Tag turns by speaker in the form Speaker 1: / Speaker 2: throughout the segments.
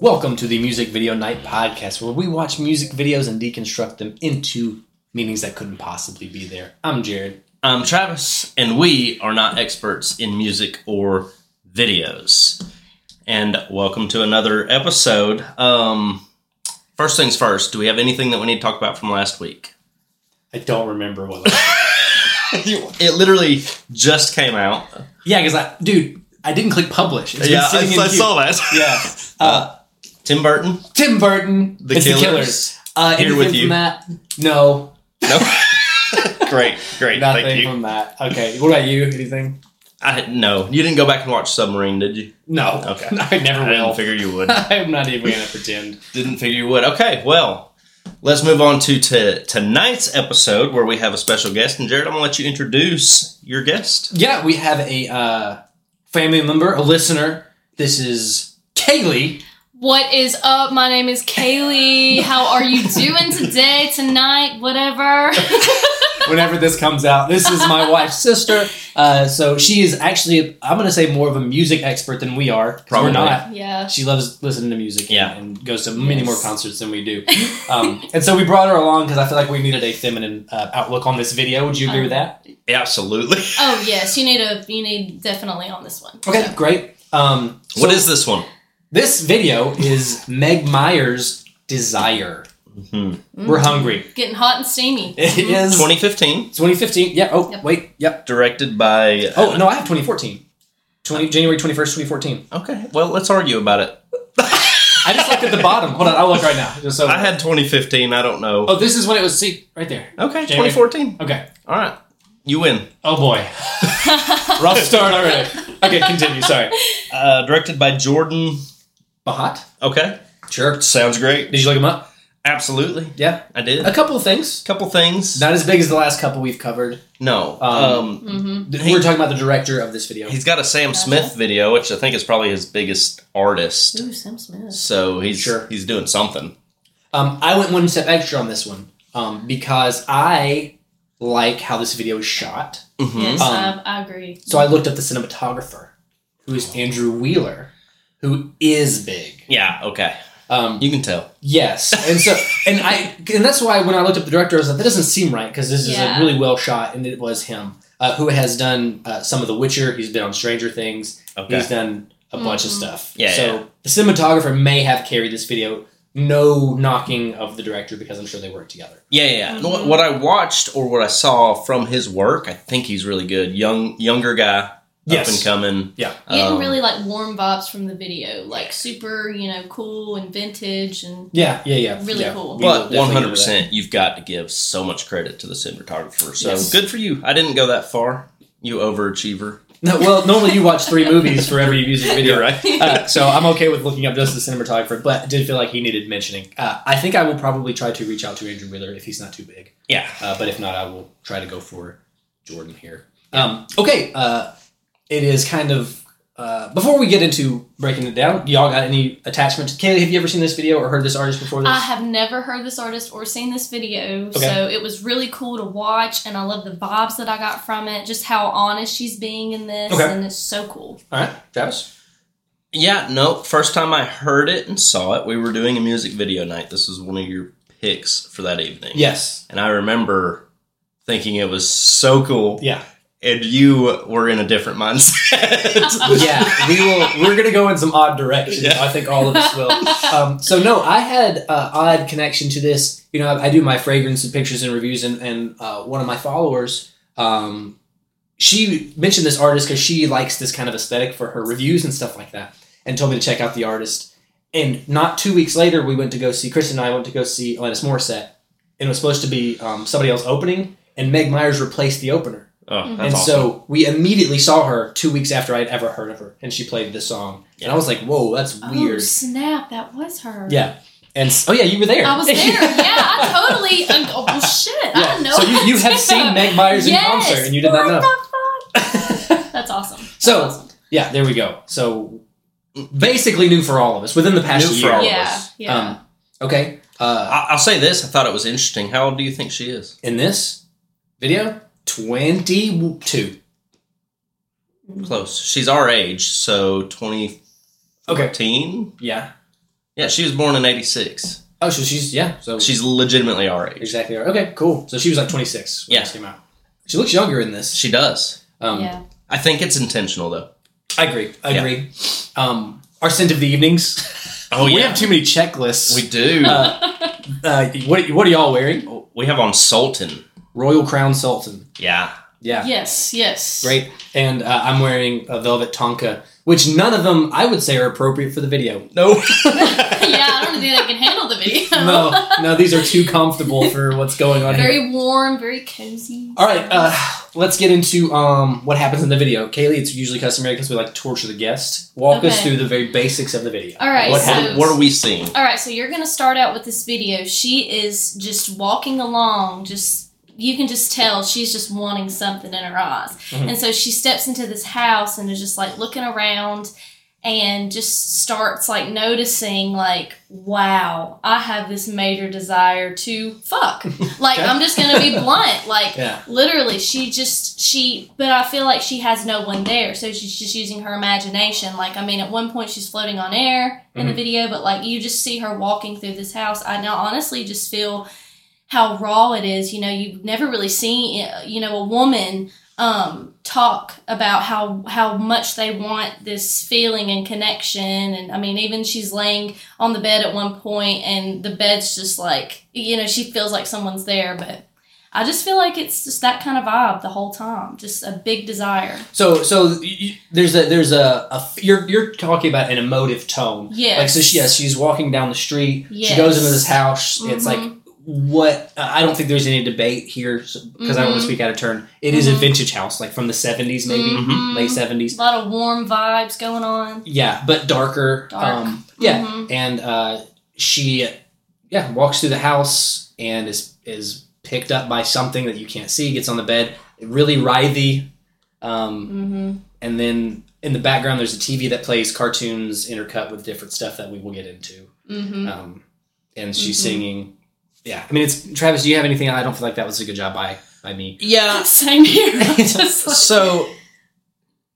Speaker 1: Welcome to the Music Video Night podcast, where we watch music videos and deconstruct them into meanings that couldn't possibly be there. I'm Jared.
Speaker 2: I'm Um, Travis, and we are not experts in music or videos. And welcome to another episode. Um, first things first, do we have anything that we need to talk about from last week?
Speaker 1: I don't remember what.
Speaker 2: it literally just came out.
Speaker 1: yeah, because I, dude, I didn't click publish. It's
Speaker 2: Yeah,
Speaker 1: been sitting
Speaker 2: I,
Speaker 1: in
Speaker 2: I
Speaker 1: queue.
Speaker 2: saw that.
Speaker 1: Yeah, uh,
Speaker 2: Tim Burton,
Speaker 1: Tim Burton,
Speaker 2: The
Speaker 1: it's
Speaker 2: Killers.
Speaker 1: the Killers. Uh,
Speaker 2: Here
Speaker 1: anything
Speaker 2: with
Speaker 1: from
Speaker 2: you.
Speaker 1: that? No,
Speaker 2: No. great, great. Thank
Speaker 1: nothing
Speaker 2: you.
Speaker 1: from that. Okay, what about you? Anything?
Speaker 2: I, no, you didn't go back and watch Submarine, did you?
Speaker 1: No.
Speaker 2: Okay.
Speaker 1: I never
Speaker 2: I didn't
Speaker 1: will.
Speaker 2: figure you would.
Speaker 1: I'm not even gonna pretend.
Speaker 2: Didn't figure you would. Okay, well, let's move on to t- tonight's episode where we have a special guest. And Jared, I'm going to let you introduce your guest.
Speaker 1: Yeah, we have a uh, family member, a listener. This is Kaylee.
Speaker 3: What is up? My name is Kaylee. How are you doing today, tonight, whatever?
Speaker 1: Whenever this comes out, this is my wife's sister. Uh, so she is actually, I'm going to say, more of a music expert than we are. 'cause
Speaker 2: Probably.
Speaker 1: We're not.
Speaker 3: yeah.
Speaker 1: She loves listening to music and-
Speaker 2: Yeah.
Speaker 1: and, goes to many more concerts than we do. Um, and so we brought her along because I feel like we needed a feminine uh, outlook on this video. Would you agree with that?
Speaker 2: Absolutely.
Speaker 3: Oh yes, you need a you need definitely on this one.
Speaker 1: Okay, great. Um,
Speaker 2: what
Speaker 1: so
Speaker 2: is this one?
Speaker 1: this video? Is Meg Myers' Desire.
Speaker 2: Mhm.
Speaker 3: Mm.
Speaker 1: We're hungry.
Speaker 3: Getting hot and steamy.
Speaker 1: It is
Speaker 2: 2015,
Speaker 1: 2015. Yeah. Oh,
Speaker 3: Yep.
Speaker 1: wait. Yep.
Speaker 2: directed by.
Speaker 1: Oh no, I have 2014. 20, January 21st, 2014.
Speaker 2: uh, Okay, well, let's argue about it.
Speaker 1: I just looked at the bottom. Hold on, I'll look right now. Just so.
Speaker 2: I had 2015, I don't know.
Speaker 1: oh, this is when it was. See, right there.
Speaker 2: Okay,
Speaker 1: January.
Speaker 2: 2014.
Speaker 1: Okay.
Speaker 2: All right, you win.
Speaker 1: Oh boy. Rough start already. Okay, continue. Sorry.
Speaker 2: Uh, directed by Jordan.
Speaker 1: Bahat.
Speaker 2: Okay,
Speaker 1: Sure.
Speaker 2: sounds great.
Speaker 1: Did you look him up?
Speaker 2: Absolutely,
Speaker 1: Yeah.
Speaker 2: I did.
Speaker 1: A
Speaker 2: A
Speaker 1: couple of things.
Speaker 2: couple things.
Speaker 1: Not as big as the last couple we've covered.
Speaker 2: No.
Speaker 1: Um,
Speaker 2: um,
Speaker 3: Mm-hmm.
Speaker 1: Th- We're talking about the director of this video.
Speaker 2: He's got a Sam
Speaker 3: Gotcha.
Speaker 2: Smith video, which I think is probably his biggest artist.
Speaker 3: Ooh, Sam Smith.
Speaker 2: So he's
Speaker 1: Sure.
Speaker 2: he's doing something.
Speaker 1: Um, I went one step extra on this one um, because I like how this video is shot.
Speaker 2: Mhm.
Speaker 3: Mm-hmm. Yes,
Speaker 1: Um,
Speaker 3: I, I agree.
Speaker 1: So I looked up the cinematographer, who is Andrew Wheeler, who is big.
Speaker 2: Yeah. Okay.
Speaker 1: Um,
Speaker 2: You can tell.
Speaker 1: yes, and so and I and that's why when I looked up the director, I was like, that doesn't seem right because this is
Speaker 3: Yeah.
Speaker 1: a really well shot, and it was him uh, who has done uh, some of The Witcher. He's been on Stranger Things.
Speaker 2: Okay.
Speaker 1: He's done a bunch of
Speaker 3: Mhm.
Speaker 1: stuff.
Speaker 2: Yeah,
Speaker 1: So
Speaker 2: yeah.
Speaker 1: the cinematographer may have carried this video. No knocking of the director because I'm sure they work together.
Speaker 2: yeah. Yeah. yeah.
Speaker 3: Mhm.
Speaker 2: What, what I watched or what I saw from his work, I think he's really good. Young younger guy,
Speaker 1: Yes.
Speaker 2: up and coming.
Speaker 1: Yeah.
Speaker 3: Getting
Speaker 2: Um,
Speaker 3: really like warm vibes from the video, like super, you know, cool and vintage and
Speaker 1: Yeah, yeah, yeah.
Speaker 3: Really
Speaker 1: yeah.
Speaker 3: cool.
Speaker 1: We will
Speaker 2: But
Speaker 1: definitely
Speaker 2: one
Speaker 1: do that.
Speaker 2: hundred percent, you've got to give so much credit to the cinematographer. So
Speaker 1: Yes.
Speaker 2: good for you. I didn't go that far. You overachiever.
Speaker 1: No, well, normally you watch three movies for every music video,
Speaker 2: You're right.
Speaker 1: Uh, so I'm okay with looking up just the cinematographer, but I did feel like he needed mentioning. Uh, I think I will probably try to reach out to Andrew Wheeler if he's not too big,
Speaker 2: Yeah.
Speaker 1: uh, but if not, I will try to go for Jordan here. Um, okay, uh, it is kind of uh, before we get into breaking it down. Y'all got any attachment? Kaylee, have you ever seen this video or heard this artist before? This?
Speaker 3: I have never heard this artist or seen this video, so it was really cool to watch, and I love the vibes that I got from it. Just how honest she's being in this,
Speaker 1: Okay.
Speaker 3: and it's so cool.
Speaker 1: All right, Travis.
Speaker 2: Yeah, no. First time I heard it and saw it, we were doing a music video night. This was one of your picks for that evening.
Speaker 1: Yes.
Speaker 2: And I remember thinking it was so cool.
Speaker 1: Yeah.
Speaker 2: And you were in a different mindset.
Speaker 1: yeah, we will. We're gonna go in some odd directions.
Speaker 2: Yeah.
Speaker 1: I think all of us will. Um, so no, I had uh, odd connection to this. You know, I, I do my fragrance and pictures and reviews, and, and uh, one of my followers, um, she mentioned this artist because she likes this kind of aesthetic for her reviews and stuff like that, and told me to check out the artist. And not two weeks later, we went to go see Chris and I went to go see Alanis Morissette, and it was supposed to be um, somebody else opening, and Meg Myers replaced the opener
Speaker 2: Oh,
Speaker 1: and
Speaker 2: that's awesome.
Speaker 1: so we immediately saw her two weeks after I'd ever heard of her, and she played this song, and I was like, "Whoa, that's
Speaker 3: Oh
Speaker 1: weird."
Speaker 3: snap! That was her.
Speaker 1: Yeah, and s- oh yeah, you were there.
Speaker 3: I was there. Yeah, I totally. Um, oh well, shit! I
Speaker 1: Yeah.
Speaker 3: don't know.
Speaker 1: So you, you
Speaker 3: Yeah.
Speaker 1: have seen Meg Myers in
Speaker 3: Yes.
Speaker 1: concert, and you did not
Speaker 3: What
Speaker 1: know.
Speaker 3: the fuck? That's awesome. That's
Speaker 1: So-
Speaker 3: awesome.
Speaker 1: Yeah, there we go. So basically new for all of us within the past
Speaker 2: New for
Speaker 1: year.
Speaker 2: all of us.
Speaker 3: yeah,
Speaker 2: us.
Speaker 3: yeah.
Speaker 1: Um, okay, uh,
Speaker 2: I- I'll say this. I thought it was interesting. How old do you think she is?
Speaker 1: in this video, twenty-two.
Speaker 2: Close. She's our age, so 2014.
Speaker 1: Okay, yeah,
Speaker 2: Yeah, she was born in '86.
Speaker 1: Oh, so she's yeah. So
Speaker 2: She's legitimately our age.
Speaker 1: exactly right. Okay, cool. So she was like 26 when
Speaker 2: Yeah.
Speaker 1: this came out. She looks younger in this.
Speaker 2: She does.
Speaker 1: Um,
Speaker 3: yeah.
Speaker 2: I think it's intentional though.
Speaker 1: I agree. I
Speaker 2: Yeah.
Speaker 1: agree. Um, our scent of the evenings.
Speaker 2: Oh
Speaker 1: we have too many checklists.
Speaker 2: we do.
Speaker 1: Uh, uh, what what are y'all wearing?
Speaker 2: we have on Sultan.
Speaker 1: Royal Crown Sultan.
Speaker 2: Yeah,
Speaker 1: Yeah.
Speaker 3: Yes. Yes.
Speaker 1: Great. And uh, I'm wearing a velvet tonka, which none of them I would say are appropriate for the video.
Speaker 2: No.
Speaker 3: yeah. I don't think I can handle the video.
Speaker 1: No, no, these are too comfortable for what's going on here.
Speaker 3: very warm. Very cozy.
Speaker 1: All right, uh, let's get into um, what happens in the video. Kaylee, it's usually customary because we like to torture the guest. Walk us
Speaker 3: Okay.
Speaker 1: through the very basics of the video.
Speaker 3: All right,
Speaker 1: What
Speaker 2: what,
Speaker 3: so-
Speaker 1: happened?
Speaker 2: are, what are we seeing?
Speaker 3: All right, so you're going to start out with this video. She is just walking along, just you can just tell she's just wanting something in her eyes.
Speaker 1: Mhm.
Speaker 3: And so she steps into this house and is just like looking around and just starts like noticing like wow, I have this major desire to fuck. like
Speaker 1: Okay.
Speaker 3: I'm just going to be blunt, like
Speaker 1: Yeah.
Speaker 3: literally she just she but i feel like she has no one there so she's just using her imagination like i mean at one point she's floating on air in the
Speaker 1: Mhm.
Speaker 3: video but like you just see her walking through this house i now honestly just feel how raw it is you know you've never really seen uh, you know a woman um talk about how how much they want this feeling and connection and i mean even she's laying on the bed at one point and the bed's just like you know she feels like someone's there but I just feel like it's just that kind of vibe the whole time. Just a big desire.
Speaker 1: So, so y- y- there's a there's a, a you're you're talking about an emotive tone.
Speaker 3: Yes.
Speaker 1: Like so, she, yes, she's walking down the street. She
Speaker 3: Yes.
Speaker 1: goes into this house. It's
Speaker 3: Mhm.
Speaker 1: like what I don't think there's any debate here because I don't want
Speaker 3: Mhm.
Speaker 1: to speak out of turn. It is a
Speaker 3: Mhm.
Speaker 1: vintage house, like from the '70s, maybe
Speaker 3: Mhm.
Speaker 1: late '70s.
Speaker 3: A lot of warm vibes going on.
Speaker 1: Yeah, but darker.
Speaker 3: Dark.
Speaker 1: Um, yeah,
Speaker 3: Mhm.
Speaker 1: and uh, she, yeah, walks through the house and is is picked up by something that you can't see. Gets on the bed, really writhy, um,
Speaker 3: Mhm.
Speaker 1: and then in the background there's a TV that plays cartoons intercut with different stuff that we will get into.
Speaker 3: Mhm.
Speaker 1: Um, and she's
Speaker 3: Mhm.
Speaker 1: singing. Yeah, I mean, it's Travis. Do you have anything? I don't feel like that was a good job by by me.
Speaker 2: Yeah.
Speaker 3: Same here. I'm just like-
Speaker 2: So,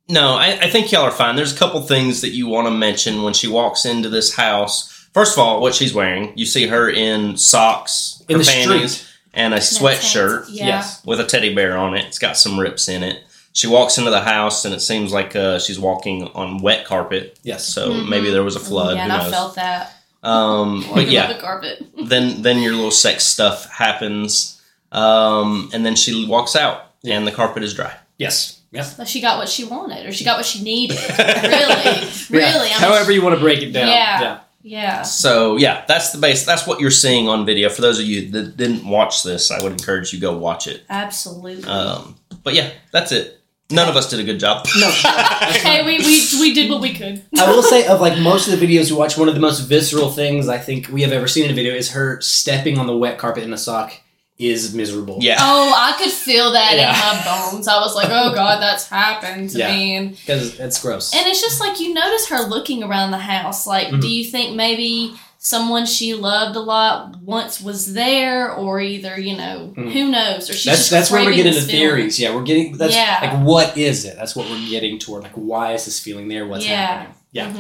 Speaker 2: no, I, I think y'all are fine. There's a couple things that you want to mention when she walks into this house. First of all, what she's wearing. You see her in socks,
Speaker 1: In
Speaker 2: her
Speaker 1: the
Speaker 2: panties,
Speaker 1: street,
Speaker 2: and a sweatshirt
Speaker 3: Yeah.
Speaker 1: yes.
Speaker 2: with a teddy bear on it. It's got some rips in it. She walks into the house, and it seems like uh, she's walking on wet carpet.
Speaker 1: Yes.
Speaker 2: So
Speaker 3: Mhm.
Speaker 2: maybe there was a flood.
Speaker 3: Yeah, and
Speaker 2: Who
Speaker 3: I
Speaker 2: knows?
Speaker 3: felt that.
Speaker 2: um, but
Speaker 3: Walking
Speaker 2: yeah,
Speaker 3: on the carpet.
Speaker 2: then then your little sex stuff happens, um, and then she walks out, and the carpet is dry.
Speaker 1: Yes. Yes.
Speaker 3: She got what she wanted, or she got what she needed. really, really.
Speaker 1: Yeah.
Speaker 3: I mean,
Speaker 1: However you want to break it down.
Speaker 3: Yeah.
Speaker 1: yeah.
Speaker 3: yeah.
Speaker 2: So yeah, that's the base. That's what you're seeing on video. For those of you that didn't watch this, I would encourage you go watch it.
Speaker 3: Absolutely.
Speaker 1: Uh,
Speaker 2: Um, but yeah, that's it. None of us did a good job.
Speaker 3: okay, we, we we did what we could.
Speaker 1: I will say, of like most of the videos you watch, one of the most visceral things I think we have ever seen in a video is her stepping on the wet carpet in a sock is miserable.
Speaker 2: yeah,
Speaker 3: Oh, I could feel that
Speaker 1: Yeah.
Speaker 3: in my bones. I was like, oh god, that's happened to
Speaker 1: Yeah.
Speaker 3: me. And
Speaker 1: because it's gross.
Speaker 3: And it's just like you notice her looking around the house. Like, do
Speaker 1: Mhm.
Speaker 3: you think maybe someone she loved a lot once was there, or either you know
Speaker 1: Mm.
Speaker 3: who knows, or she's
Speaker 1: that's
Speaker 3: just
Speaker 1: that's where we
Speaker 3: craving
Speaker 1: get into
Speaker 3: this feeling.
Speaker 1: theories. Yeah, we're getting that's
Speaker 3: Yeah.
Speaker 1: like what is it? That's what we're getting toward. Like why is this feeling there? What's
Speaker 3: Yeah.
Speaker 1: happening? Yeah,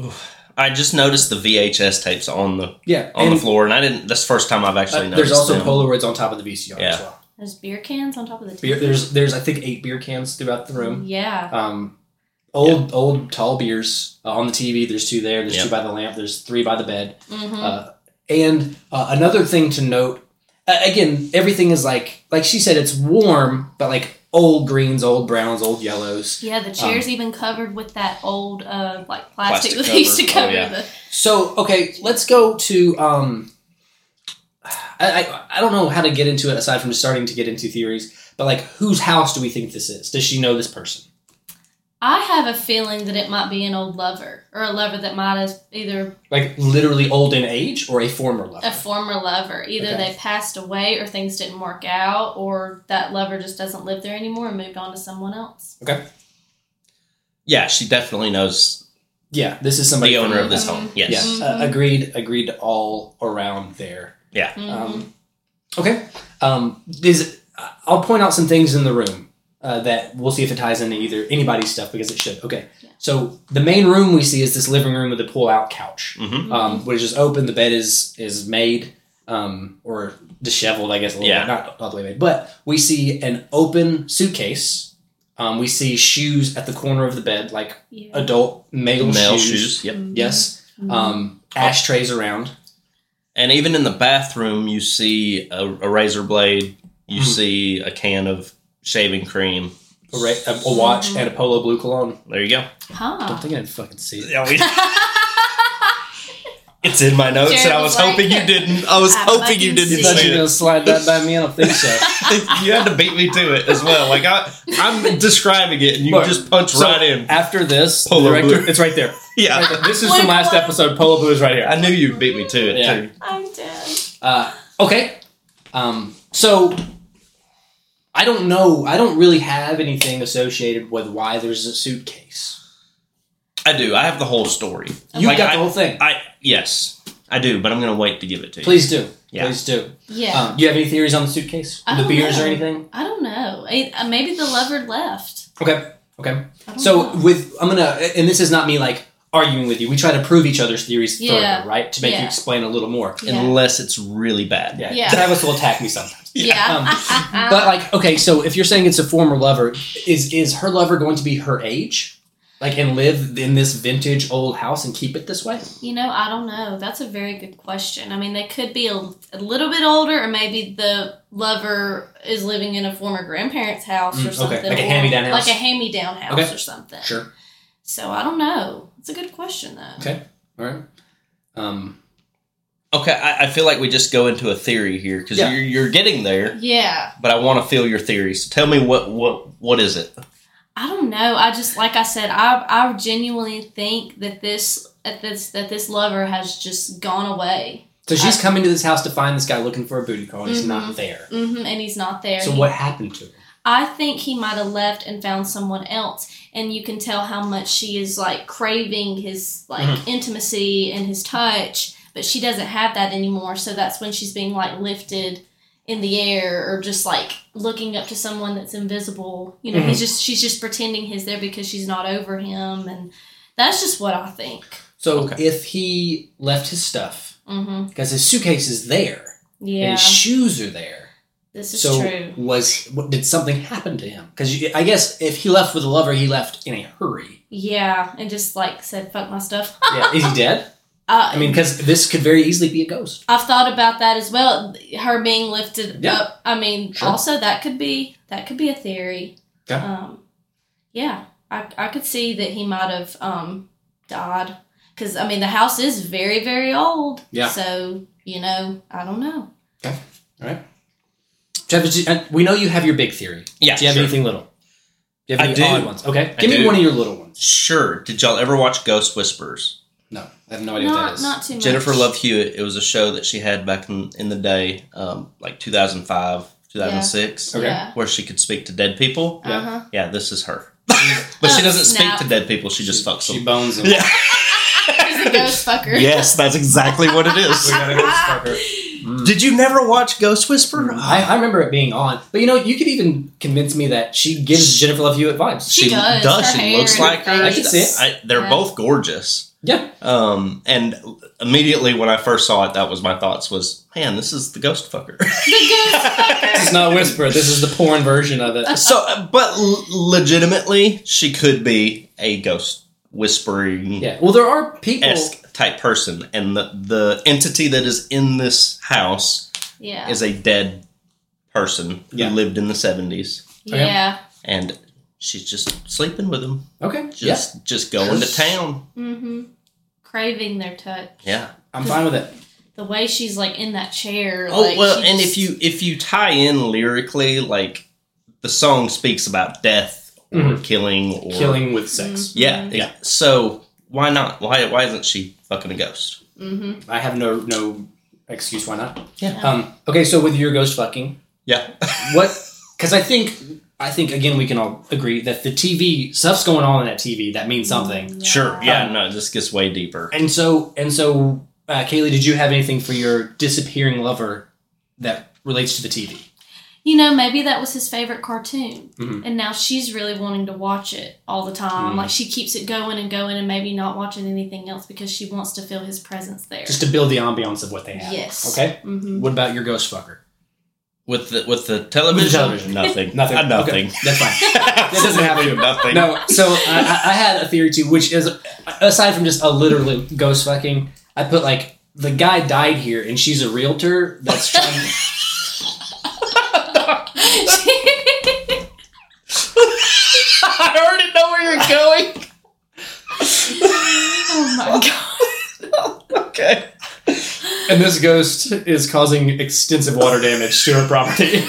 Speaker 3: Mhm.
Speaker 2: I just noticed the VHS tapes on the
Speaker 1: yeah.
Speaker 2: on
Speaker 1: and
Speaker 2: the floor, and I didn't. That's the first time I've
Speaker 1: uh,
Speaker 2: actually noticed.
Speaker 1: there's also
Speaker 2: them.
Speaker 1: Polaroids on top of the VCR as
Speaker 2: Yeah.
Speaker 1: well.
Speaker 3: There's beer cans on top of the
Speaker 1: Beer,
Speaker 3: TV.
Speaker 1: there's there's I think eight beer cans throughout the room.
Speaker 3: Yeah.
Speaker 1: Um, old old tall beers uh, on the TV. There's two there. There's
Speaker 2: Yeah.
Speaker 1: two by the lamp. There's three by the bed.
Speaker 3: hmm
Speaker 1: Uh, and uh, another thing to note, uh, again, everything is like like she said, it's warm, but like old greens, old browns, old yellows.
Speaker 3: yeah, the chair's even covered with that old uh like
Speaker 2: Plastic
Speaker 3: plastic, that they used to
Speaker 2: cover. Oh,
Speaker 3: cover
Speaker 2: yeah.
Speaker 3: the.
Speaker 1: So okay, let's go to. Um, I, I I don't know how to get into it aside from just starting to get into theories, but like whose house do we think this is? Does she know this person?
Speaker 3: I have a feeling that it might be an old lover or a lover that might have either
Speaker 1: Like literally old in age or a former lover?
Speaker 3: a former lover. Either
Speaker 1: Okay.
Speaker 3: they passed away or things didn't work out or that lover just doesn't live there anymore and moved on to someone else.
Speaker 2: Yeah, she definitely knows
Speaker 1: yeah, this is somebody
Speaker 2: the owner
Speaker 1: from-
Speaker 2: of this
Speaker 3: Mhm.
Speaker 2: home. Yes.
Speaker 1: Yeah,
Speaker 3: Mhm.
Speaker 1: uh, agreed, agreed all around there.
Speaker 3: Mhm.
Speaker 1: uh, Um, okay. Um, is I'll point out some things in the room. uh, that we'll see if it ties into either anybody's stuff because it should. Okay.
Speaker 3: Yeah.
Speaker 1: So the main room we see is this living room with a pull-out couch,
Speaker 2: Mm-hmm.
Speaker 1: um, which is open. The bed is is made um, or disheveled, I guess. A little
Speaker 2: Yeah.
Speaker 1: Bit. Not all the way made, but we see an open suitcase. Um, we see shoes at the corner of the bed, like
Speaker 3: yeah. Mm-hmm.
Speaker 1: adult male,
Speaker 2: Male
Speaker 1: shoes.
Speaker 2: shoes. Yep.
Speaker 1: Yes. Um, ashtrays around.
Speaker 2: And even in the bathroom, you see a, a razor blade. You
Speaker 1: Mhm.
Speaker 2: see a can of shaving cream.
Speaker 1: a, ra- a, a watch and a polo blue cologne.
Speaker 2: There you go.
Speaker 1: Don't
Speaker 3: Huh.
Speaker 1: think I'd fucking see it.
Speaker 2: Yeah, we- it's in my notes, and
Speaker 3: Jared
Speaker 2: I was
Speaker 3: was like-
Speaker 2: hoping you didn't. I was
Speaker 3: I
Speaker 2: hoping you
Speaker 3: fucking
Speaker 2: didn't
Speaker 1: You
Speaker 3: see
Speaker 1: thought
Speaker 2: say
Speaker 1: you were
Speaker 2: it.
Speaker 1: gonna slide that by me? I don't think so.
Speaker 2: you had to beat me to it as well. Like I, I'm describing it, and you
Speaker 1: Look,
Speaker 2: just punch
Speaker 1: so
Speaker 2: right in.
Speaker 1: After this, the
Speaker 2: Polo
Speaker 1: director,
Speaker 2: blue.
Speaker 1: it's right there. Right
Speaker 2: Yeah,
Speaker 1: there. This is
Speaker 3: What
Speaker 1: from
Speaker 3: a
Speaker 1: last
Speaker 3: glove.
Speaker 1: episode. Polo blue is right here.
Speaker 2: I knew you beat me to it
Speaker 1: Yeah.
Speaker 2: too.
Speaker 3: I'm dead.
Speaker 1: Uh, okay. Um, so I don't know. I don't really have anything associated with why there's a suitcase.
Speaker 2: I do. I have the whole story.
Speaker 1: You
Speaker 2: Like,
Speaker 1: got
Speaker 2: I-
Speaker 1: the whole thing.
Speaker 2: I yes, I do, but I'm gonna wait to give it to you.
Speaker 1: Please do.
Speaker 2: Yeah.
Speaker 1: Please do.
Speaker 3: Yeah.
Speaker 1: Um, do you have any theories on the suitcase?
Speaker 3: I
Speaker 1: the
Speaker 3: don't
Speaker 1: beers or
Speaker 3: know.
Speaker 1: anything?
Speaker 3: I don't know. It, uh, maybe the lover left.
Speaker 1: Okay. Okay.
Speaker 3: I don't
Speaker 1: So
Speaker 3: know.
Speaker 1: with I'm gonna and this is not me like arguing with you. We try to prove each other's theories
Speaker 3: Yeah.
Speaker 1: further, right? To make you
Speaker 3: Yeah.
Speaker 1: explain a little more.
Speaker 3: Yeah.
Speaker 2: Unless it's really bad.
Speaker 1: Yeah.
Speaker 3: Yeah.
Speaker 1: Travis will attack me sometimes.
Speaker 3: yeah.
Speaker 1: um,
Speaker 3: Ah.
Speaker 1: But like, okay, so if you're saying it's a former lover, is is her lover going to be her age? Like and live in this vintage old house and keep it this way?
Speaker 3: you know, I don't know. That's a very good question. I mean, they could be a, a little bit older, or maybe the lover is living in a former grandparent's house
Speaker 1: Mm,
Speaker 3: or
Speaker 1: okay.
Speaker 3: something.
Speaker 1: Like a
Speaker 3: or-
Speaker 1: hand-me-down house.
Speaker 3: Like a hand me down house
Speaker 1: Okay.
Speaker 3: or something.
Speaker 1: Sure.
Speaker 3: So I don't know. It's a good question, though.
Speaker 1: Okay. All right. Um
Speaker 2: Okay, I, I feel like we just go into a theory here because
Speaker 1: Yeah.
Speaker 2: you're, you're getting there,
Speaker 3: Yeah.
Speaker 2: but I want to feel your theory. So tell me what what what is it?
Speaker 3: I don't know. I just like I said, I I genuinely think that this that this that this lover has just gone away,
Speaker 1: so she's
Speaker 3: I-
Speaker 1: coming to this house to find this guy looking for a booty call and he's not
Speaker 3: Mhm.
Speaker 1: there.
Speaker 3: hmm and he's not there.
Speaker 1: So
Speaker 3: He-
Speaker 1: what happened to him?
Speaker 3: I think he might have left and found someone else, and you can tell how much she is like craving his like
Speaker 1: Mm-hmm.
Speaker 3: intimacy and his touch, but she doesn't have that anymore. So that's when she's being like lifted in the air or just like looking up to someone that's invisible. You know, he's
Speaker 1: Mm-hmm.
Speaker 3: just she's just pretending he's there because she's not over him, and that's just what I think.
Speaker 1: So
Speaker 2: Okay.
Speaker 1: if he left his stuff,
Speaker 3: Mm-hmm.
Speaker 1: because his suitcase is there and
Speaker 3: Yeah,
Speaker 1: his shoes are there.
Speaker 3: this is
Speaker 1: so
Speaker 3: true.
Speaker 1: was what, did something happen to him? Because I guess if he left with a lover, he left in a hurry.
Speaker 3: Yeah, and just like said, fuck my stuff.
Speaker 1: Yeah, is he dead?
Speaker 3: Uh,
Speaker 1: I mean, because this could very easily be a ghost.
Speaker 3: I've thought about that as well. Her being lifted
Speaker 1: Yeah.
Speaker 3: up. I mean,
Speaker 1: Sure.
Speaker 3: also that could be that could be a theory.
Speaker 1: Yeah.
Speaker 3: Um, yeah, I I could see that he might have um died because I mean the house is very very old.
Speaker 1: Yeah.
Speaker 3: So you know I don't know.
Speaker 1: Travis, do- and uh, we know you have your big theory.
Speaker 2: Yeah,
Speaker 1: Do you have
Speaker 2: sure.
Speaker 1: anything little? Do you have
Speaker 2: I
Speaker 1: any
Speaker 2: do.
Speaker 1: odd ones? Okay,
Speaker 2: I
Speaker 1: give me
Speaker 2: do.
Speaker 1: one of your little ones.
Speaker 2: Sure. Did y'all ever watch Ghost Whispers?
Speaker 1: No, I have no idea what that
Speaker 3: Not
Speaker 1: is.
Speaker 3: not too much.
Speaker 2: Jennifer Love Hewitt. It was a show that she had back in, in the day, um, like 2005, 2006,
Speaker 1: Okay.
Speaker 3: Yeah.
Speaker 2: where she could speak to dead people.
Speaker 1: Yeah.
Speaker 3: Uh huh.
Speaker 2: Yeah, this is her. but she doesn't
Speaker 3: Uh, Snap.
Speaker 2: speak to dead people. She just
Speaker 1: She-
Speaker 2: fucks
Speaker 1: She
Speaker 2: them.
Speaker 1: bones him.
Speaker 2: Yeah.
Speaker 3: He's a ghost fucker.
Speaker 2: Yes, that's exactly what it is.
Speaker 1: We gotta go fuck her.
Speaker 2: Did you never watch Ghost Whisperer?
Speaker 1: Mm. I, I remember it being on, but you know, you could even convince me that she gives Jennifer Love Hewitt vibes.
Speaker 3: She, does. Her
Speaker 2: She
Speaker 3: hair
Speaker 2: looks
Speaker 3: and her
Speaker 2: like her.
Speaker 1: I can see it.
Speaker 3: face.
Speaker 2: I, they're
Speaker 3: Yeah.
Speaker 2: both gorgeous.
Speaker 1: Yeah,
Speaker 2: Um, and immediately when I first saw it, that was my thoughts was, man, this is the ghost fucker.
Speaker 3: The ghost
Speaker 1: this
Speaker 3: fucker.
Speaker 1: is not whisper. This is the porn version of it.
Speaker 2: so, uh, but l- legitimately, she could be a ghost whispering
Speaker 1: Yeah. Well, there are people.
Speaker 2: esque type person, and the the entity that is in this house
Speaker 3: Yeah.
Speaker 2: is a dead person
Speaker 1: Yeah.
Speaker 2: who lived in the seventies,
Speaker 3: yeah.
Speaker 2: and she's just sleeping with him,
Speaker 1: Okay. Yes.
Speaker 2: just just going to town.
Speaker 3: Mm-hmm. Craving their touch.
Speaker 2: Yeah.
Speaker 1: I'm fine with it.
Speaker 3: the way she's like in that chair.
Speaker 2: Oh
Speaker 3: like,
Speaker 2: well,
Speaker 3: she
Speaker 2: and
Speaker 3: just-
Speaker 2: if you if you tie in lyrically, like the song speaks about death or
Speaker 1: Mhm.
Speaker 2: killing or
Speaker 1: Killing with sex.
Speaker 3: Mm-hmm.
Speaker 2: Yeah,
Speaker 1: Yeah.
Speaker 2: yeah. So why not? Why why isn't she fucking a ghost? Mm-hmm.
Speaker 3: Mhm.
Speaker 1: I have no no excuse why not.
Speaker 2: Yeah.
Speaker 1: Um, okay, so with your ghost fucking,
Speaker 2: Yeah,
Speaker 1: what? Because I think I think again we can all agree that the TV stuff's going on in that TV that means something.
Speaker 2: sure. Yeah,
Speaker 1: Um,
Speaker 2: no, this gets way deeper.
Speaker 1: And so and so, uh, Kaylee, did you have anything for your disappearing lover that relates to the TV?
Speaker 3: you know, maybe that was his favorite cartoon.
Speaker 1: Mhm.
Speaker 3: And now she's really wanting to watch it all the time.
Speaker 1: Mm-hmm.
Speaker 2: Mhm.
Speaker 3: Like she keeps it going and going and maybe not watching anything else because she wants to feel his presence there.
Speaker 1: Just to build the ambiance of what they have.
Speaker 3: Yes.
Speaker 1: Okay.
Speaker 3: hmm
Speaker 1: What about your ghost fucker?
Speaker 2: With the with the television,
Speaker 1: television.
Speaker 2: nothing,
Speaker 1: Nothing.
Speaker 2: Uh, nothing.
Speaker 1: Okay, That's fine.
Speaker 2: that
Speaker 1: doesn't happen.
Speaker 2: Nothing.
Speaker 1: No, so I, I- I had a theory too, which is aside from just a literally ghost fucking, I put like the guy died here and she's a realtor that's trying to.
Speaker 2: I already know where you're going.
Speaker 3: oh my god.
Speaker 2: Okay.
Speaker 1: And this ghost is causing extensive water damage to her property.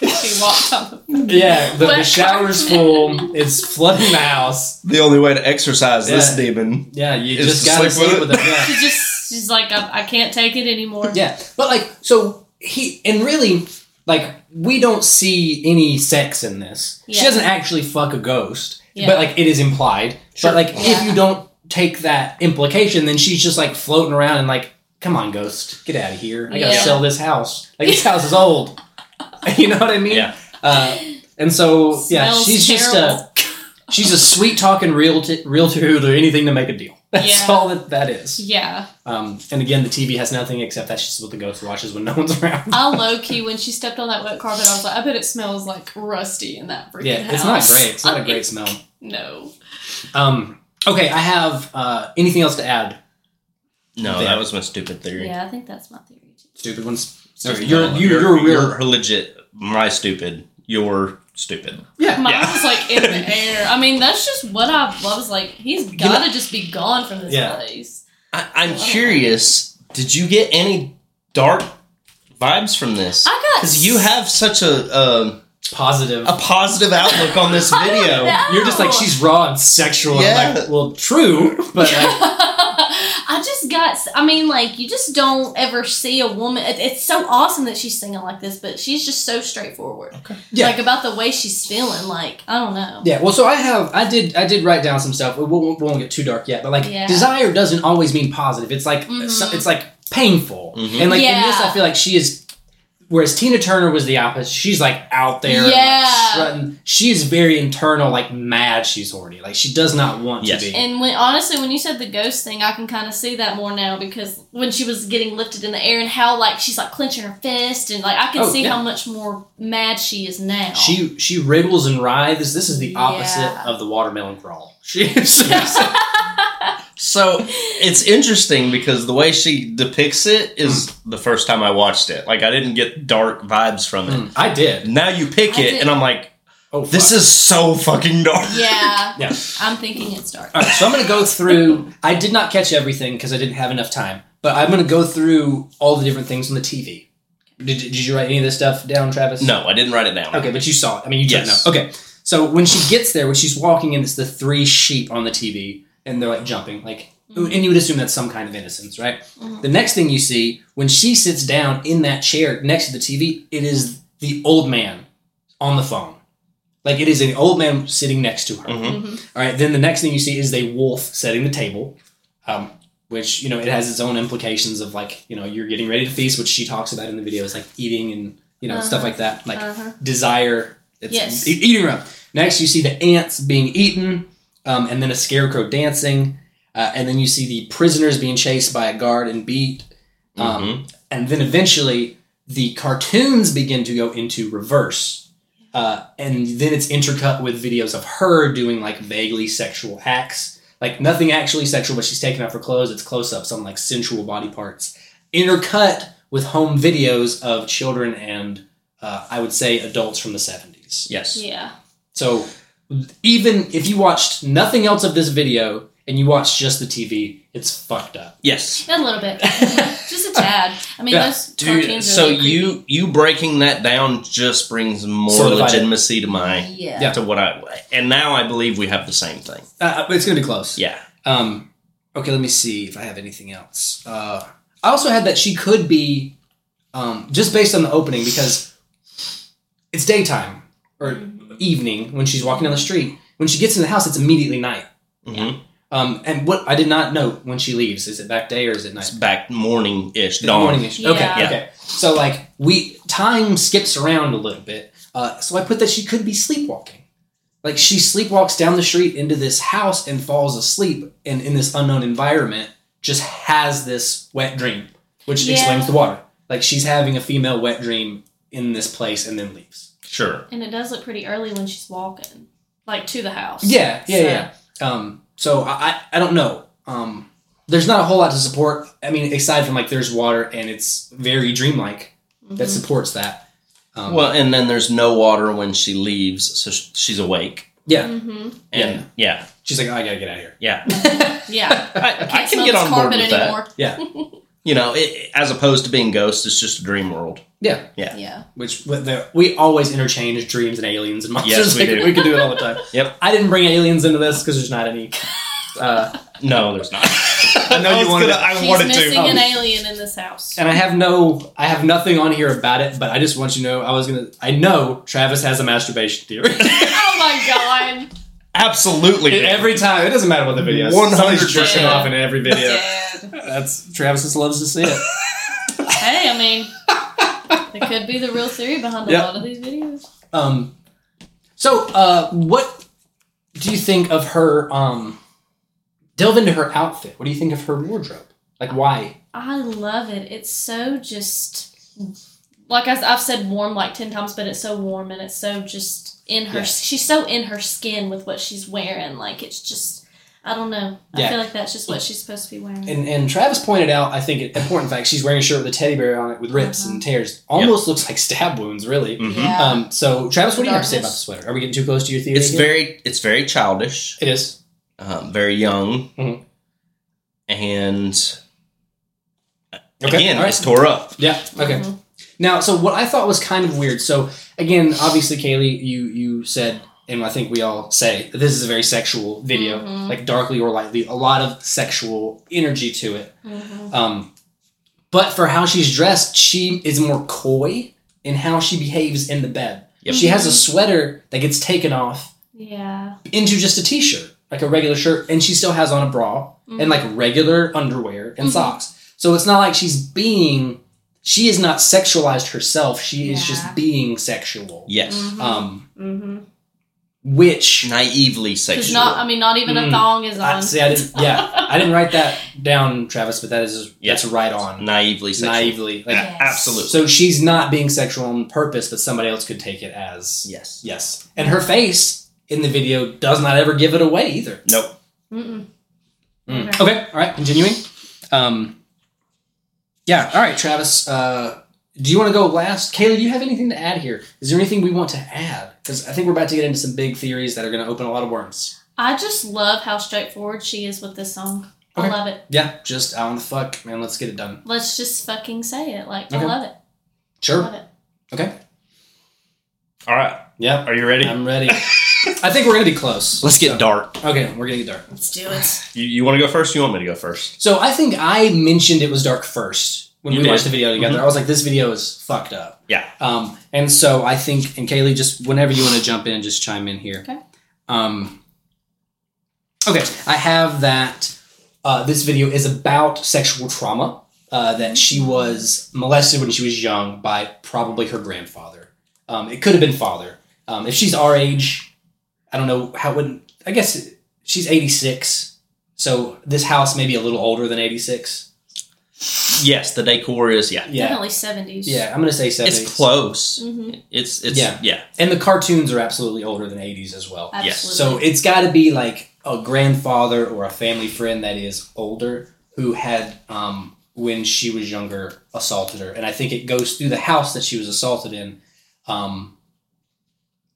Speaker 3: She walked on the
Speaker 1: yeah, the, the
Speaker 3: What
Speaker 1: shower's full, it's flooding the house.
Speaker 2: The only way to exercise
Speaker 1: this
Speaker 2: demon.
Speaker 1: Yeah, you
Speaker 2: Is
Speaker 1: just
Speaker 2: to
Speaker 1: gotta
Speaker 2: sleep
Speaker 1: sleep
Speaker 2: with
Speaker 1: with it. Yeah.
Speaker 3: She just she's like I, I can't take it anymore.
Speaker 1: Yeah, but like, so he and really, like, we don't see any sex in this. She
Speaker 3: Yeah.
Speaker 1: doesn't actually fuck a ghost,
Speaker 3: Yeah.
Speaker 1: but like, it is implied.
Speaker 2: Sure.
Speaker 1: But like, if
Speaker 3: Yeah.
Speaker 1: you don't take that implication, then she's just like floating around and like, come on, ghost, get out of here. I gotta
Speaker 3: Yeah.
Speaker 1: sell this house. Like, this house is old. you know what I mean?
Speaker 2: Yeah.
Speaker 1: Uh, and so yeah,
Speaker 3: Smells
Speaker 1: she's just a
Speaker 3: terrible.
Speaker 1: she's a sweet talking realtor realtor who'll do anything to make a deal. That's
Speaker 3: Yeah.
Speaker 1: all that that is.
Speaker 3: Yeah.
Speaker 1: Um, and again, the TV has nothing except that's just what the ghost watches when no one's around.
Speaker 3: I low key when she stepped on that wet carpet, I was like, I bet it smells like rusty in that freaking
Speaker 1: yeah, it's not
Speaker 3: house.
Speaker 1: great. It's not a
Speaker 3: Like,
Speaker 1: great smell.
Speaker 3: No.
Speaker 1: Um, okay, I have uh, anything else to add?
Speaker 2: No,
Speaker 1: Yeah.
Speaker 2: that was my stupid theory.
Speaker 3: Yeah, I think that's my theory too.
Speaker 1: Stupid ones.
Speaker 2: It's just
Speaker 1: You're-
Speaker 2: no,
Speaker 1: you- you're real-
Speaker 2: you're legit. My stupid. You're stupid.
Speaker 1: Yeah.
Speaker 3: Mine
Speaker 2: Yeah.
Speaker 3: was like in the air. I mean, that's just what I I was like. He's gotta just be gone from this
Speaker 1: Yeah.
Speaker 3: place.
Speaker 2: I, I'm curious. Did you get any dark vibes from this?
Speaker 3: I got
Speaker 2: Because you have such a um
Speaker 1: Positive.
Speaker 2: a positive outlook on this
Speaker 3: I don't
Speaker 2: video.
Speaker 3: know.
Speaker 1: You're just like she's raw and sexual. and I'm
Speaker 2: Yeah.
Speaker 1: like, well, true, but like,
Speaker 3: I just got. I mean, like you just don't ever see a woman. It, it's so awesome that she's singing like this, but she's just so straightforward.
Speaker 2: Okay.
Speaker 1: Yeah.
Speaker 3: Like about the way she's feeling. Like I don't know.
Speaker 1: yeah. Well, so I have, I did, I did write down some stuff. We won't, we won't get too dark yet, but like,
Speaker 3: Yeah.
Speaker 1: desire doesn't always mean positive. It's like,
Speaker 3: Mhm.
Speaker 1: so- it's like painful,
Speaker 2: Mhm.
Speaker 1: and like in this,
Speaker 3: Yeah.
Speaker 1: I feel like she is. Whereas Tina Turner was the opposite. She's like out there, and, like,
Speaker 3: Yeah.
Speaker 1: strutting. She is very internal, like mad. She's horny. Like she does not want
Speaker 2: Yes.
Speaker 1: to be.
Speaker 3: And when honestly, when you said the ghost thing, I can kind of see that more now because when she was getting lifted in the air and how like she's like clenching her fist and like I can
Speaker 1: Oh,
Speaker 3: see
Speaker 1: yeah.
Speaker 3: how much more mad she is now.
Speaker 1: She she wriggles and writhes. This is the opposite
Speaker 3: Yeah.
Speaker 1: of the watermelon crawl. She is
Speaker 2: So it's interesting because the way she depicts it is the first time I watched it. Like I didn't get dark vibes from it.
Speaker 1: Mm, I did.
Speaker 2: Now you pick
Speaker 3: Hmm. I
Speaker 2: it,
Speaker 3: did-
Speaker 2: and I'm like,
Speaker 1: Oh,
Speaker 2: this is so fucking dark.
Speaker 3: yeah,
Speaker 1: Yeah.
Speaker 3: I'm thinking it's dark.
Speaker 1: All right, so I'm going to go through. I did not catch everything because I didn't have enough time, but I'm going to go through all the different things on the TV. Did, did you write any of this stuff down, Travis?
Speaker 2: No, I didn't write it down.
Speaker 1: Okay, but you saw it. I mean, you did
Speaker 2: Yes.
Speaker 1: know. Okay, so when she gets there, when she's walking in, it's the three sheep on the TV, and they're like jumping, like,
Speaker 3: Mhm.
Speaker 1: and you would assume that's some kind of innocence, right?
Speaker 3: Mhm.
Speaker 1: The next thing you see when she sits down in that chair next to the TV, it is the old man on the phone, like it is an old man sitting next to her.
Speaker 2: Mhm.
Speaker 3: Mhm.
Speaker 1: All right, then the next thing you see is a wolf setting the table, um, which you know it has its own implications of like you know you're getting ready to feast, which she talks about in the videos, like eating and you know stuff
Speaker 3: Uh-huh.
Speaker 1: like that, like
Speaker 3: Uh-huh.
Speaker 1: desire. It's
Speaker 3: Yes.
Speaker 1: e- eating around. Next, you see the ants being eaten, um, and then a scarecrow dancing, uh, and then you see the prisoners being chased by a guard and beat, um, and then eventually the cartoons begin to go into reverse, uh, and then it's intercut with videos of her doing like vaguely sexual acts, like nothing actually sexual, but she's taking off her clothes. It's close-ups on like sensual body parts, intercut with home videos of children and uh, I would say adults from the seventies.
Speaker 2: Yes.
Speaker 3: Yeah,
Speaker 1: So even if you watched nothing else of this video and you watched just the TV, it's fucked up.
Speaker 2: Yes.
Speaker 3: a little bit, just a tad. I mean,
Speaker 1: Yeah.
Speaker 3: those
Speaker 2: Dude,
Speaker 3: cartoons are
Speaker 2: so
Speaker 3: really
Speaker 2: you you breaking that down just brings more
Speaker 1: Solidified it.
Speaker 2: legitimacy to
Speaker 3: creepy.
Speaker 2: my
Speaker 3: yeah.
Speaker 1: Yeah.
Speaker 2: to what I and now I believe we have the same thing.
Speaker 1: Uh, it's gonna be close.
Speaker 2: Yeah.
Speaker 1: Um, okay, let me see if I have anything else. Uh, I also had that she could be, um, just based on the opening, because it's daytime or evening when she's walking down the street. When she gets in the house, it's immediately night.
Speaker 2: Mhm.
Speaker 1: Um, and what I did not know when she leaves is it back day or is it
Speaker 2: It's
Speaker 1: night?
Speaker 2: back morning ish,
Speaker 1: It's
Speaker 2: dawn.
Speaker 1: morning-ish. Okay,
Speaker 3: Yeah.
Speaker 1: okay. So like we time skips around a little bit. Uh, so I put that she could be sleepwalking. Like she sleepwalks down the street into this house and falls asleep and in this unknown environment just has this wet dream, which
Speaker 3: Yeah.
Speaker 1: explains the water. Like she's having a female wet dream in this place and then leaves.
Speaker 2: Sure.
Speaker 3: And it does look pretty early when she's walking, like to the house.
Speaker 1: Yeah, yeah,
Speaker 3: So-
Speaker 1: yeah. Um, so I, I, I don't know. Um, there's not a whole lot to support. I mean, aside from like there's water and it's very dreamlike
Speaker 3: Mhm.
Speaker 1: that supports that. Um,
Speaker 2: Well, and then there's no water when she leaves, so sh- she's awake.
Speaker 1: yeah,
Speaker 3: Mhm.
Speaker 2: And yeah,
Speaker 1: she's like, oh, I gotta get out of here.
Speaker 2: yeah,
Speaker 3: Yeah.
Speaker 2: I, I
Speaker 3: smell
Speaker 2: can get
Speaker 3: this
Speaker 2: on board with that.
Speaker 3: anymore.
Speaker 2: You know, it, as opposed to being ghosts, it's just a dream world.
Speaker 3: Yeah.
Speaker 2: Yeah.
Speaker 1: Which with the, we always interchange dreams and aliens and monsters.
Speaker 2: Yes, we
Speaker 1: Like,
Speaker 2: do.
Speaker 1: We can do it all the time.
Speaker 2: Yep.
Speaker 1: I didn't bring aliens into this because there's not any. Uh,
Speaker 2: No, there's not.
Speaker 1: I know you
Speaker 2: was
Speaker 1: wanted
Speaker 2: gonna-
Speaker 1: it.
Speaker 2: I
Speaker 3: She's
Speaker 2: wanted
Speaker 3: missing
Speaker 2: to.
Speaker 1: Oh.
Speaker 3: an alien in this house.
Speaker 1: and I have no, I have nothing on here about it. But I just want you to know, I was gonna, I know Travis has a masturbation theory.
Speaker 3: oh my god.
Speaker 2: Absolutely.
Speaker 1: It- every time. It doesn't matter what the video is.
Speaker 2: 100%.
Speaker 1: Somebody's jerking off in every video.
Speaker 3: Dad.
Speaker 1: That's Travis just loves to see it.
Speaker 3: Hey, I mean, it could be the real theory behind a
Speaker 1: Yep.
Speaker 3: lot of these videos.
Speaker 1: Um, so, uh, what do you think of her? Um, delve into her outfit. What do you think of her wardrobe? Like, why?
Speaker 3: I love it. It's so just like I, have said warm like 10 times, but it's so warm and it's so just in her
Speaker 1: Yeah.
Speaker 3: she's so in her skin with what she's wearing. Like it's just I don't know.
Speaker 1: Yeah.
Speaker 3: I feel like that's just what she's supposed to be wearing.
Speaker 1: And and Travis pointed out, I think, an important fact. She's wearing a shirt with a teddy bear on it with rips and tears. Almost looks like stab wounds, really.
Speaker 2: Mhm.
Speaker 3: Yeah.
Speaker 1: Um, so, Travis, what do you have to say about the
Speaker 3: Darkness.
Speaker 1: sweater? Are we getting too close to your theory?
Speaker 2: It's
Speaker 1: again?
Speaker 2: very, it's very childish.
Speaker 1: It is.
Speaker 2: um, very young,
Speaker 1: Mhm.
Speaker 2: and
Speaker 1: Okay.
Speaker 2: again,
Speaker 1: all right.
Speaker 2: it's tore up.
Speaker 1: Yeah. Okay.
Speaker 3: Mhm.
Speaker 1: Now, so what I thought was kind of weird. So again, obviously, Kaylee, you you said, and I think we all say that this is a very sexual video,
Speaker 3: Mhm.
Speaker 1: like darkly or lightly, a lot of sexual energy to it.
Speaker 3: Mhm.
Speaker 1: Um, but for how she's dressed, she is more coy in how she behaves in the bed.
Speaker 2: Yep.
Speaker 1: She has a sweater that gets taken off
Speaker 3: Mm-hmm. Yeah.
Speaker 1: into just a t-shirt, like a regular shirt, and she still has on a bra
Speaker 3: Mhm.
Speaker 1: and like regular underwear and
Speaker 2: Mm-hmm.
Speaker 3: Mhm.
Speaker 1: socks. So it's not like she's being she is not sexualized herself. She is
Speaker 3: Yeah.
Speaker 1: just being sexual.
Speaker 2: Yes,
Speaker 3: Mhm.
Speaker 1: Um
Speaker 3: Mm-hmm.
Speaker 1: which
Speaker 2: naively
Speaker 3: Because
Speaker 2: sexual.
Speaker 3: not, I mean, not even
Speaker 1: Mm.
Speaker 3: a thong is
Speaker 1: I,
Speaker 3: on.
Speaker 1: see I didn't yeah, I didn't write that down, Travis, but that is
Speaker 2: Yeah.
Speaker 1: that's right on.
Speaker 2: naively sexual.
Speaker 1: Naively. Like
Speaker 2: Yeah,
Speaker 3: Yes.
Speaker 2: Absolutely.
Speaker 1: so she's not being sexual on purpose, but somebody else could take it as
Speaker 2: yes.
Speaker 1: yes. And her face in the video does not ever give it away either.
Speaker 2: Nope.
Speaker 3: Mm-mm.
Speaker 1: Mm.
Speaker 3: Okay.
Speaker 1: Okay. All right. Continuing. Um, yeah. All right, Travis. Uh, do you want to go last? Kayla, do you have anything to add here? Is there anything we want to add? Because I think we're about to get into some big theories that are going to open a lot of worms.
Speaker 3: I just love how straightforward she is with this song. I
Speaker 1: Okay.
Speaker 3: love it.
Speaker 1: Yeah. Just I want the fuck, man. Let's get it done.
Speaker 3: Let's just fucking say it. Like, I
Speaker 1: Okay.
Speaker 3: love it.
Speaker 1: Sure.
Speaker 3: Love it.
Speaker 2: All right.
Speaker 1: Yeah.
Speaker 2: Are you ready?
Speaker 1: I'm ready. I think we're going to be close.
Speaker 2: Let's get dark.
Speaker 1: Okay, we're gonna get dark.
Speaker 3: Let's do it.
Speaker 2: You, you want to go first? You want me to go first?
Speaker 1: So I think I mentioned it was dark first when
Speaker 2: You
Speaker 1: we
Speaker 2: did. Mm-hmm.
Speaker 1: watched the video together. I was like, this video is fucked up.
Speaker 2: Yeah.
Speaker 1: Um, and so I think, and Kaylee, just whenever you want to jump in, just chime in here.
Speaker 3: Okay.
Speaker 1: Um, okay, I have that. Uh, this video is about sexual trauma uh, that she was molested when she was young by probably her grandfather. Um, it could have been father. Um, if she's our age, I don't know how would I guess she's 86. So this house may be a little older than 86.
Speaker 2: Yes. The decor is yeah.
Speaker 1: Yeah.
Speaker 3: Definitely 70s.
Speaker 1: Yeah, I'm going to say 70s.
Speaker 2: It's close.
Speaker 3: Mm-hmm.
Speaker 2: It's it's
Speaker 1: Yeah.
Speaker 2: yeah.
Speaker 1: And the cartoons are absolutely older than 80s as well.
Speaker 3: Absolutely.
Speaker 2: Yes.
Speaker 1: So it's got to be like a grandfather or a family friend that is older who had, um, when she was younger, assaulted her. And I think it goes through the house that she was assaulted in. Um,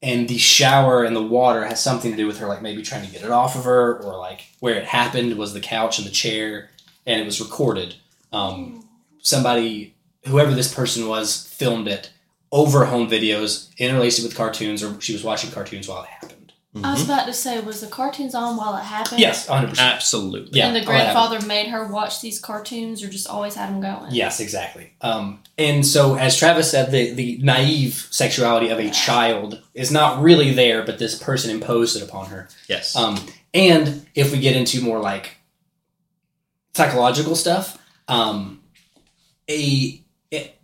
Speaker 1: and the shower and the water has something to do with her, like maybe trying to get it off of her, or like where it happened was the couch and the chair, and it was recorded. Um, somebody, whoever this person was, filmed it over home videos, interlaced it with cartoons, or she was watching cartoons while it happened.
Speaker 3: I
Speaker 2: Mm-hmm.
Speaker 3: was about to say, was the cartoons on while it happened?
Speaker 1: Yes, 100%.
Speaker 2: Absolutely.
Speaker 1: Yeah,
Speaker 3: and the
Speaker 1: all that happened.
Speaker 3: grandfather made her watch these cartoons, or just always had them going.
Speaker 1: Uh, Yes, exactly. Um, and so, as Travis said, the, the naive sexuality of a child is not really there, but this person imposed it upon her.
Speaker 2: Yes.
Speaker 1: Um, and if we get into more like psychological stuff, um, a it,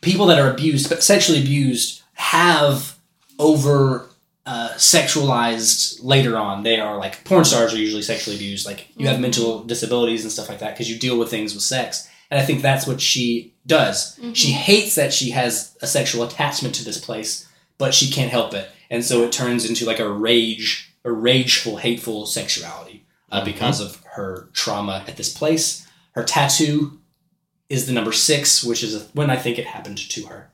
Speaker 1: people that are abused, but sexually abused, have over uh, sexualized later on. They are like porn stars are usually sexually abused. Like you have
Speaker 3: Mhm.
Speaker 1: mental disabilities and stuff like that because you deal with things with sex. And I think that's what she does.
Speaker 3: Mhm.
Speaker 1: She hates that she has a sexual attachment to this place, but she can't help it, and so it turns into like a rage, a rageful, hateful sexuality uh,
Speaker 2: Mhm.
Speaker 1: because of her trauma at this place. Her tattoo is the number six, which is when I think it happened to her.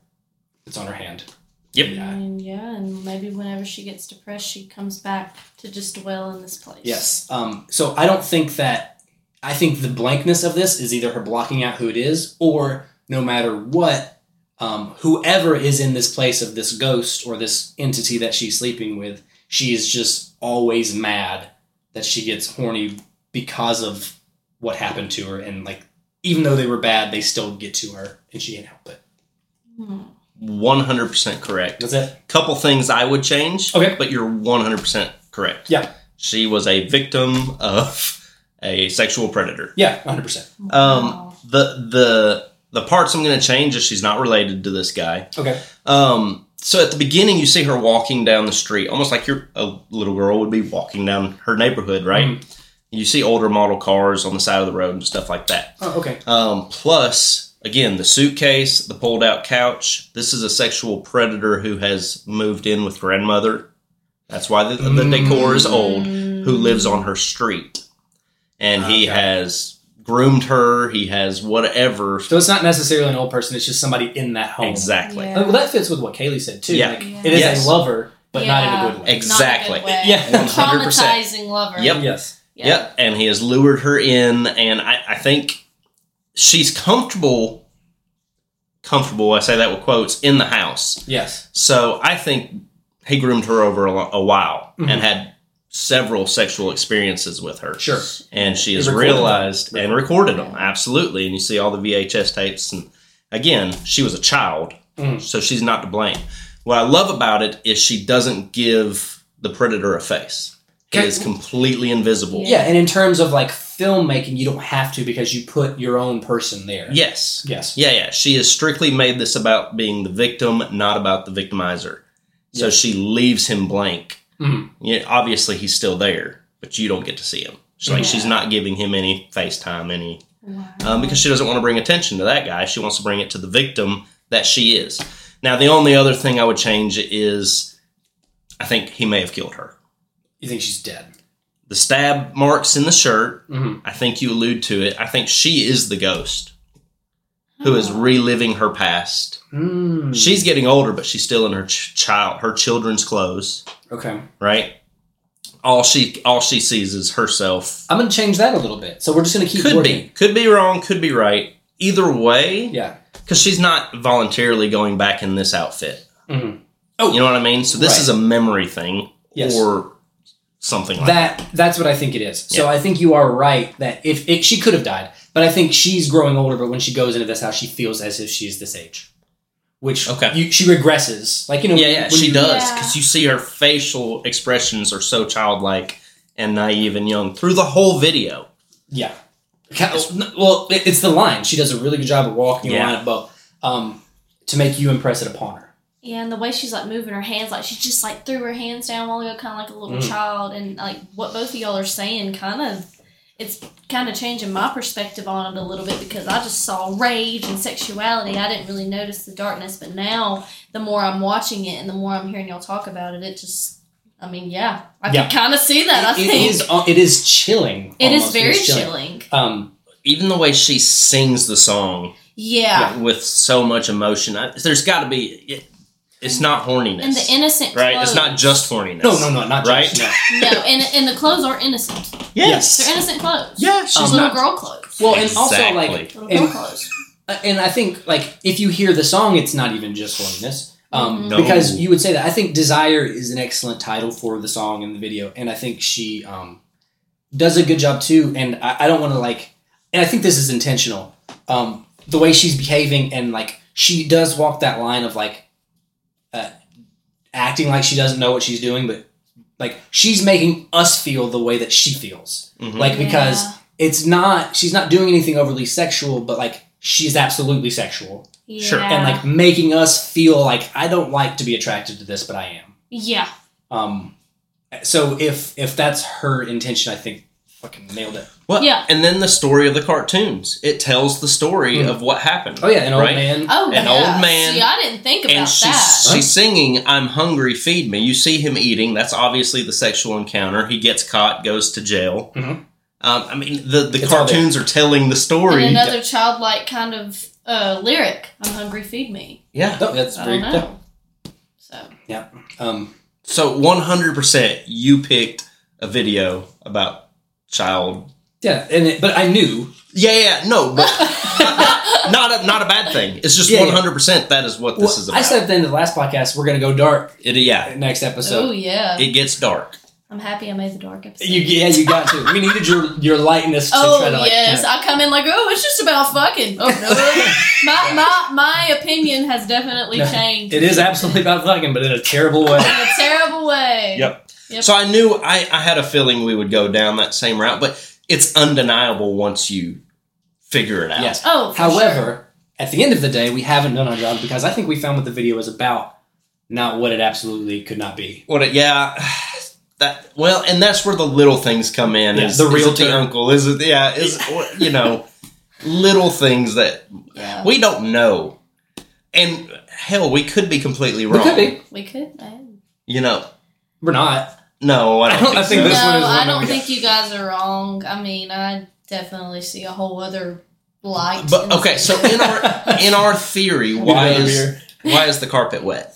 Speaker 1: It's on her hand. uh,
Speaker 2: Yep.
Speaker 1: Yeah.
Speaker 3: I mean, yeah, and maybe whenever she gets depressed, she comes back to just dwell in this place.
Speaker 1: Yes. Um, so I don't think that. I think the blankness of this is either her blocking out who it is, or no matter what, um, whoever is in this place of this ghost or this entity that she's sleeping with, she is just always mad that she gets horny because of what happened to her. And like, even though they were bad, they still get to her and she can't help it.
Speaker 3: Hmm.
Speaker 2: 100% correct.
Speaker 1: That's it.
Speaker 2: Couple things I would change.
Speaker 1: Okay.
Speaker 2: But you're 100% correct.
Speaker 1: Yeah.
Speaker 2: She was a victim of a sexual predator.
Speaker 1: Yeah, 100%.
Speaker 3: Mm-hmm.
Speaker 2: Um,
Speaker 3: Wow.
Speaker 2: the the the parts I'm going to change is she's not related to this guy.
Speaker 1: Okay.
Speaker 2: Um, so at the beginning, you see her walking down the street, almost like you're a little girl would be walking down her neighborhood, right? You see older model cars on the side of the road and stuff like that.
Speaker 1: Oh, okay.
Speaker 2: Um, plus, again, the suitcase, the pulled out couch. This is a sexual predator who has moved in with grandmother. That's why the, the decor is old, who
Speaker 3: Mm-hmm.
Speaker 2: lives on her street. And he
Speaker 1: Okay.
Speaker 2: has groomed her, he has whatever.
Speaker 1: So it's not necessarily an old person, it's just somebody in that home.
Speaker 2: Exactly. Oh,
Speaker 1: Uh, Well, that fits with what Kaylee said too.
Speaker 2: Yeah.
Speaker 1: Like,
Speaker 3: Yeah.
Speaker 1: It is
Speaker 2: Yes.
Speaker 1: a lover, but not in a good way.
Speaker 2: Ex- Exactly.
Speaker 3: Not in a good way.
Speaker 1: Yeah.
Speaker 2: 100%.
Speaker 3: Traumatizing lover.
Speaker 2: Yep.
Speaker 1: Yes.
Speaker 3: Yeah.
Speaker 2: Yep. And he has lured her in, and I, I think she's comfortable. Comfortable, I say that with quotes, in the house.
Speaker 1: Yes.
Speaker 2: So I think he groomed her over a, lo- a while
Speaker 1: Mhm.
Speaker 2: and had several sexual experiences with her.
Speaker 1: Sure.
Speaker 2: And she has
Speaker 1: He recorded
Speaker 2: realized
Speaker 1: them.
Speaker 2: and recorded them. Absolutely. And you see all the VHS tapes. And again, she was a child,
Speaker 1: Mm.
Speaker 2: so she's not to blame. What I love about it is she doesn't give the predator a face, it
Speaker 1: Okay.
Speaker 2: is completely invisible.
Speaker 1: Yeah, and in terms of like filmmaking, you don't have to because you put your own person there.
Speaker 2: Yes.
Speaker 1: Yes.
Speaker 2: Yeah, yeah. She has strictly made this about being the victim, not about the victimizer. So
Speaker 1: Yeah.
Speaker 2: she leaves him blank.
Speaker 1: Mhm.
Speaker 2: Yeah, obviously he's still there, but you don't get to see him. She's like
Speaker 1: Mm-hmm.
Speaker 3: Yeah.
Speaker 2: she's not giving him any FaceTime, any
Speaker 3: Wow.
Speaker 2: um, because she doesn't want to bring attention to that guy. She wants to bring it to the victim that she is. Now, the only other thing I would change is, I think he may have killed her.
Speaker 1: You think she's dead?
Speaker 2: The stab marks in the shirt.
Speaker 1: Mm-hmm.
Speaker 2: I think you allude to it. I think she is the ghost who
Speaker 1: Oh.
Speaker 2: is reliving her past.
Speaker 1: Mm.
Speaker 2: She's getting older, but she's still in her ch- child, her children's clothes,
Speaker 1: okay.
Speaker 2: right? All she all she sees is herself.
Speaker 1: I'm gonna change that a little bit. So we're just gonna keep
Speaker 2: Could
Speaker 1: working.
Speaker 2: be, could be wrong, could be right. Either way,
Speaker 1: Yeah.
Speaker 2: because she's not voluntarily going back in this outfit.
Speaker 1: Mhm.
Speaker 2: You know what I mean? So this
Speaker 1: Right.
Speaker 2: is a memory thing,
Speaker 1: Yes.
Speaker 2: or something like that.
Speaker 1: That that's what I think it is. So
Speaker 2: Yeah.
Speaker 1: I think you are right that if it, she could have died, but I think she's growing older. But when she goes into this house, she feels as if she's this age, which
Speaker 2: Okay.
Speaker 1: you, she regresses. Like you know,
Speaker 2: Yeah, yeah,
Speaker 1: when
Speaker 2: she
Speaker 1: you-
Speaker 2: does
Speaker 3: Yeah.
Speaker 2: because you see her facial expressions are so childlike and naive and young through the whole video.
Speaker 1: Yeah. Ca- Well, it- it's the line. She does a really good job of walking
Speaker 2: Yeah.
Speaker 1: the line above um, to make you impress it upon her.
Speaker 3: Yeah, and the way she's like moving her hands, like she just like threw her hands down a while ago, kind of like a little
Speaker 1: Mm.
Speaker 3: child. And like what both of y'all are saying, kind of, it's kind of changing my perspective on it a little bit because I just saw rage and sexuality. I didn't really notice the darkness, but now the more I'm watching it and the more I'm hearing y'all talk about it, it just, I mean, yeah, I
Speaker 1: Yeah.
Speaker 3: can kind of see that. I
Speaker 1: It- it
Speaker 3: think
Speaker 1: is. uh, It is chilling.
Speaker 3: it is
Speaker 1: almost.
Speaker 3: very
Speaker 1: It's
Speaker 3: chilling.
Speaker 1: Um,
Speaker 2: Even the way she sings the song
Speaker 3: Yeah.
Speaker 2: with so much emotion. I, there's got to be. It, it's not horniness,
Speaker 3: And the innocent
Speaker 2: right? It's not
Speaker 3: clothes.
Speaker 2: just horniness.
Speaker 1: no, no, no, not
Speaker 2: Right?
Speaker 1: just, no.
Speaker 3: no, and, and the clothes are innocent. They're
Speaker 2: Yes.
Speaker 3: innocent clothes.
Speaker 2: Yeah, she's
Speaker 3: She's
Speaker 1: Um,
Speaker 3: little
Speaker 2: not.
Speaker 3: girl clothes.
Speaker 1: Well, and also
Speaker 2: Exactly.
Speaker 1: like, uh,
Speaker 3: Little girl
Speaker 1: and-
Speaker 3: clothes.
Speaker 1: and I think like if you hear the song, it's not even just horniness. Um,
Speaker 3: Mm-hmm.
Speaker 2: No.
Speaker 1: Because you would say that. I think Desire is an excellent title for the song and the video. And I think she um, does a good job too. And I, I don't want to like, and I think this is intentional. Um, the way she's behaving and like, she does walk that line of like uh, acting like she doesn't know what she's doing, but like she's making us feel the way that she feels
Speaker 2: Mhm.
Speaker 1: like because
Speaker 3: Yeah.
Speaker 1: it's not she's not doing anything overly sexual but like she's absolutely sexual
Speaker 3: Yeah.
Speaker 2: Sure.
Speaker 1: and like making us feel like i don't like to be attracted to this but i am
Speaker 3: yeah.
Speaker 1: um so if if that's her intention i think fucking nailed it
Speaker 2: Well,
Speaker 3: Yeah.
Speaker 2: And then the story of the cartoons. It tells the story
Speaker 1: Mhm.
Speaker 2: of what happened.
Speaker 1: oh yeah an old
Speaker 2: Right.
Speaker 1: man
Speaker 3: Oh,
Speaker 2: An
Speaker 3: yeah.
Speaker 2: old man.
Speaker 3: See, I didn't think about
Speaker 2: And she's
Speaker 3: that.
Speaker 1: Huh?
Speaker 2: she's singing, "I'm hungry, feed me." You see him eating. That's obviously the sexual encounter. He gets caught, goes to jail.
Speaker 1: Mhm.
Speaker 2: Um, I mean, the the
Speaker 1: It's all there.
Speaker 2: cartoons are telling the story.
Speaker 3: And another childlike kind of uh, lyric. I'm hungry, feed me.
Speaker 2: yeah.
Speaker 1: No, Oh, that's
Speaker 3: I
Speaker 1: very
Speaker 3: don't know. So
Speaker 1: yeah. um
Speaker 2: So 100%, you picked a video about child.
Speaker 1: yeah and it, but i knew
Speaker 2: Yeah, yeah, no, but not a, not a bad thing. It's just
Speaker 1: Yeah, yeah.
Speaker 2: 100% that is what this
Speaker 1: well,
Speaker 2: is about.
Speaker 1: i said at the end of the last podcast we're gonna go dark
Speaker 2: it, yeah,
Speaker 1: next
Speaker 3: oh
Speaker 1: episode
Speaker 3: yeah,
Speaker 2: it gets dark.
Speaker 3: I'm happy I made the dark episode.
Speaker 1: you yeah you got to we needed your your lightness to
Speaker 3: Oh
Speaker 1: try to like
Speaker 3: yes, I come in like oh it's just about fucking. Oh no, my my my opinion has definitely
Speaker 1: No,
Speaker 3: changed.
Speaker 1: it is absolutely about fucking but in a terrible way
Speaker 3: in a terrible way.
Speaker 2: Yep.
Speaker 3: Yep.
Speaker 2: So I knew I, I had a feeling we would go down that same route, but it's undeniable once you figure it out.
Speaker 1: Yes.
Speaker 3: Oh, for sure.
Speaker 1: However, at the end of the day, we haven't done our job because I think we found what the video is about, not what it absolutely could not be.
Speaker 2: What? It, yeah. That well, and that's where the little things come in.
Speaker 1: Yeah,
Speaker 2: is
Speaker 1: the
Speaker 2: is it
Speaker 1: realtor.
Speaker 2: the uncle? Is it yeah? Is what- you know little things that
Speaker 3: yeah,
Speaker 2: we don't know, and hell, we could be completely
Speaker 1: We
Speaker 2: wrong.
Speaker 1: could be.
Speaker 3: we could. I-
Speaker 2: You know,
Speaker 1: We're not.
Speaker 2: no, I
Speaker 1: I
Speaker 2: don't.
Speaker 1: don't- I think
Speaker 2: think, so.
Speaker 1: this one is
Speaker 3: no,
Speaker 1: one
Speaker 3: I
Speaker 1: that
Speaker 3: don't
Speaker 1: we-
Speaker 3: think you guys are wrong. I mean, I definitely see a whole other light. in
Speaker 2: But
Speaker 3: this
Speaker 2: okay, so
Speaker 3: picture.
Speaker 2: in our in our theory, why
Speaker 1: Another
Speaker 2: is
Speaker 1: beer.
Speaker 2: why is the carpet wet?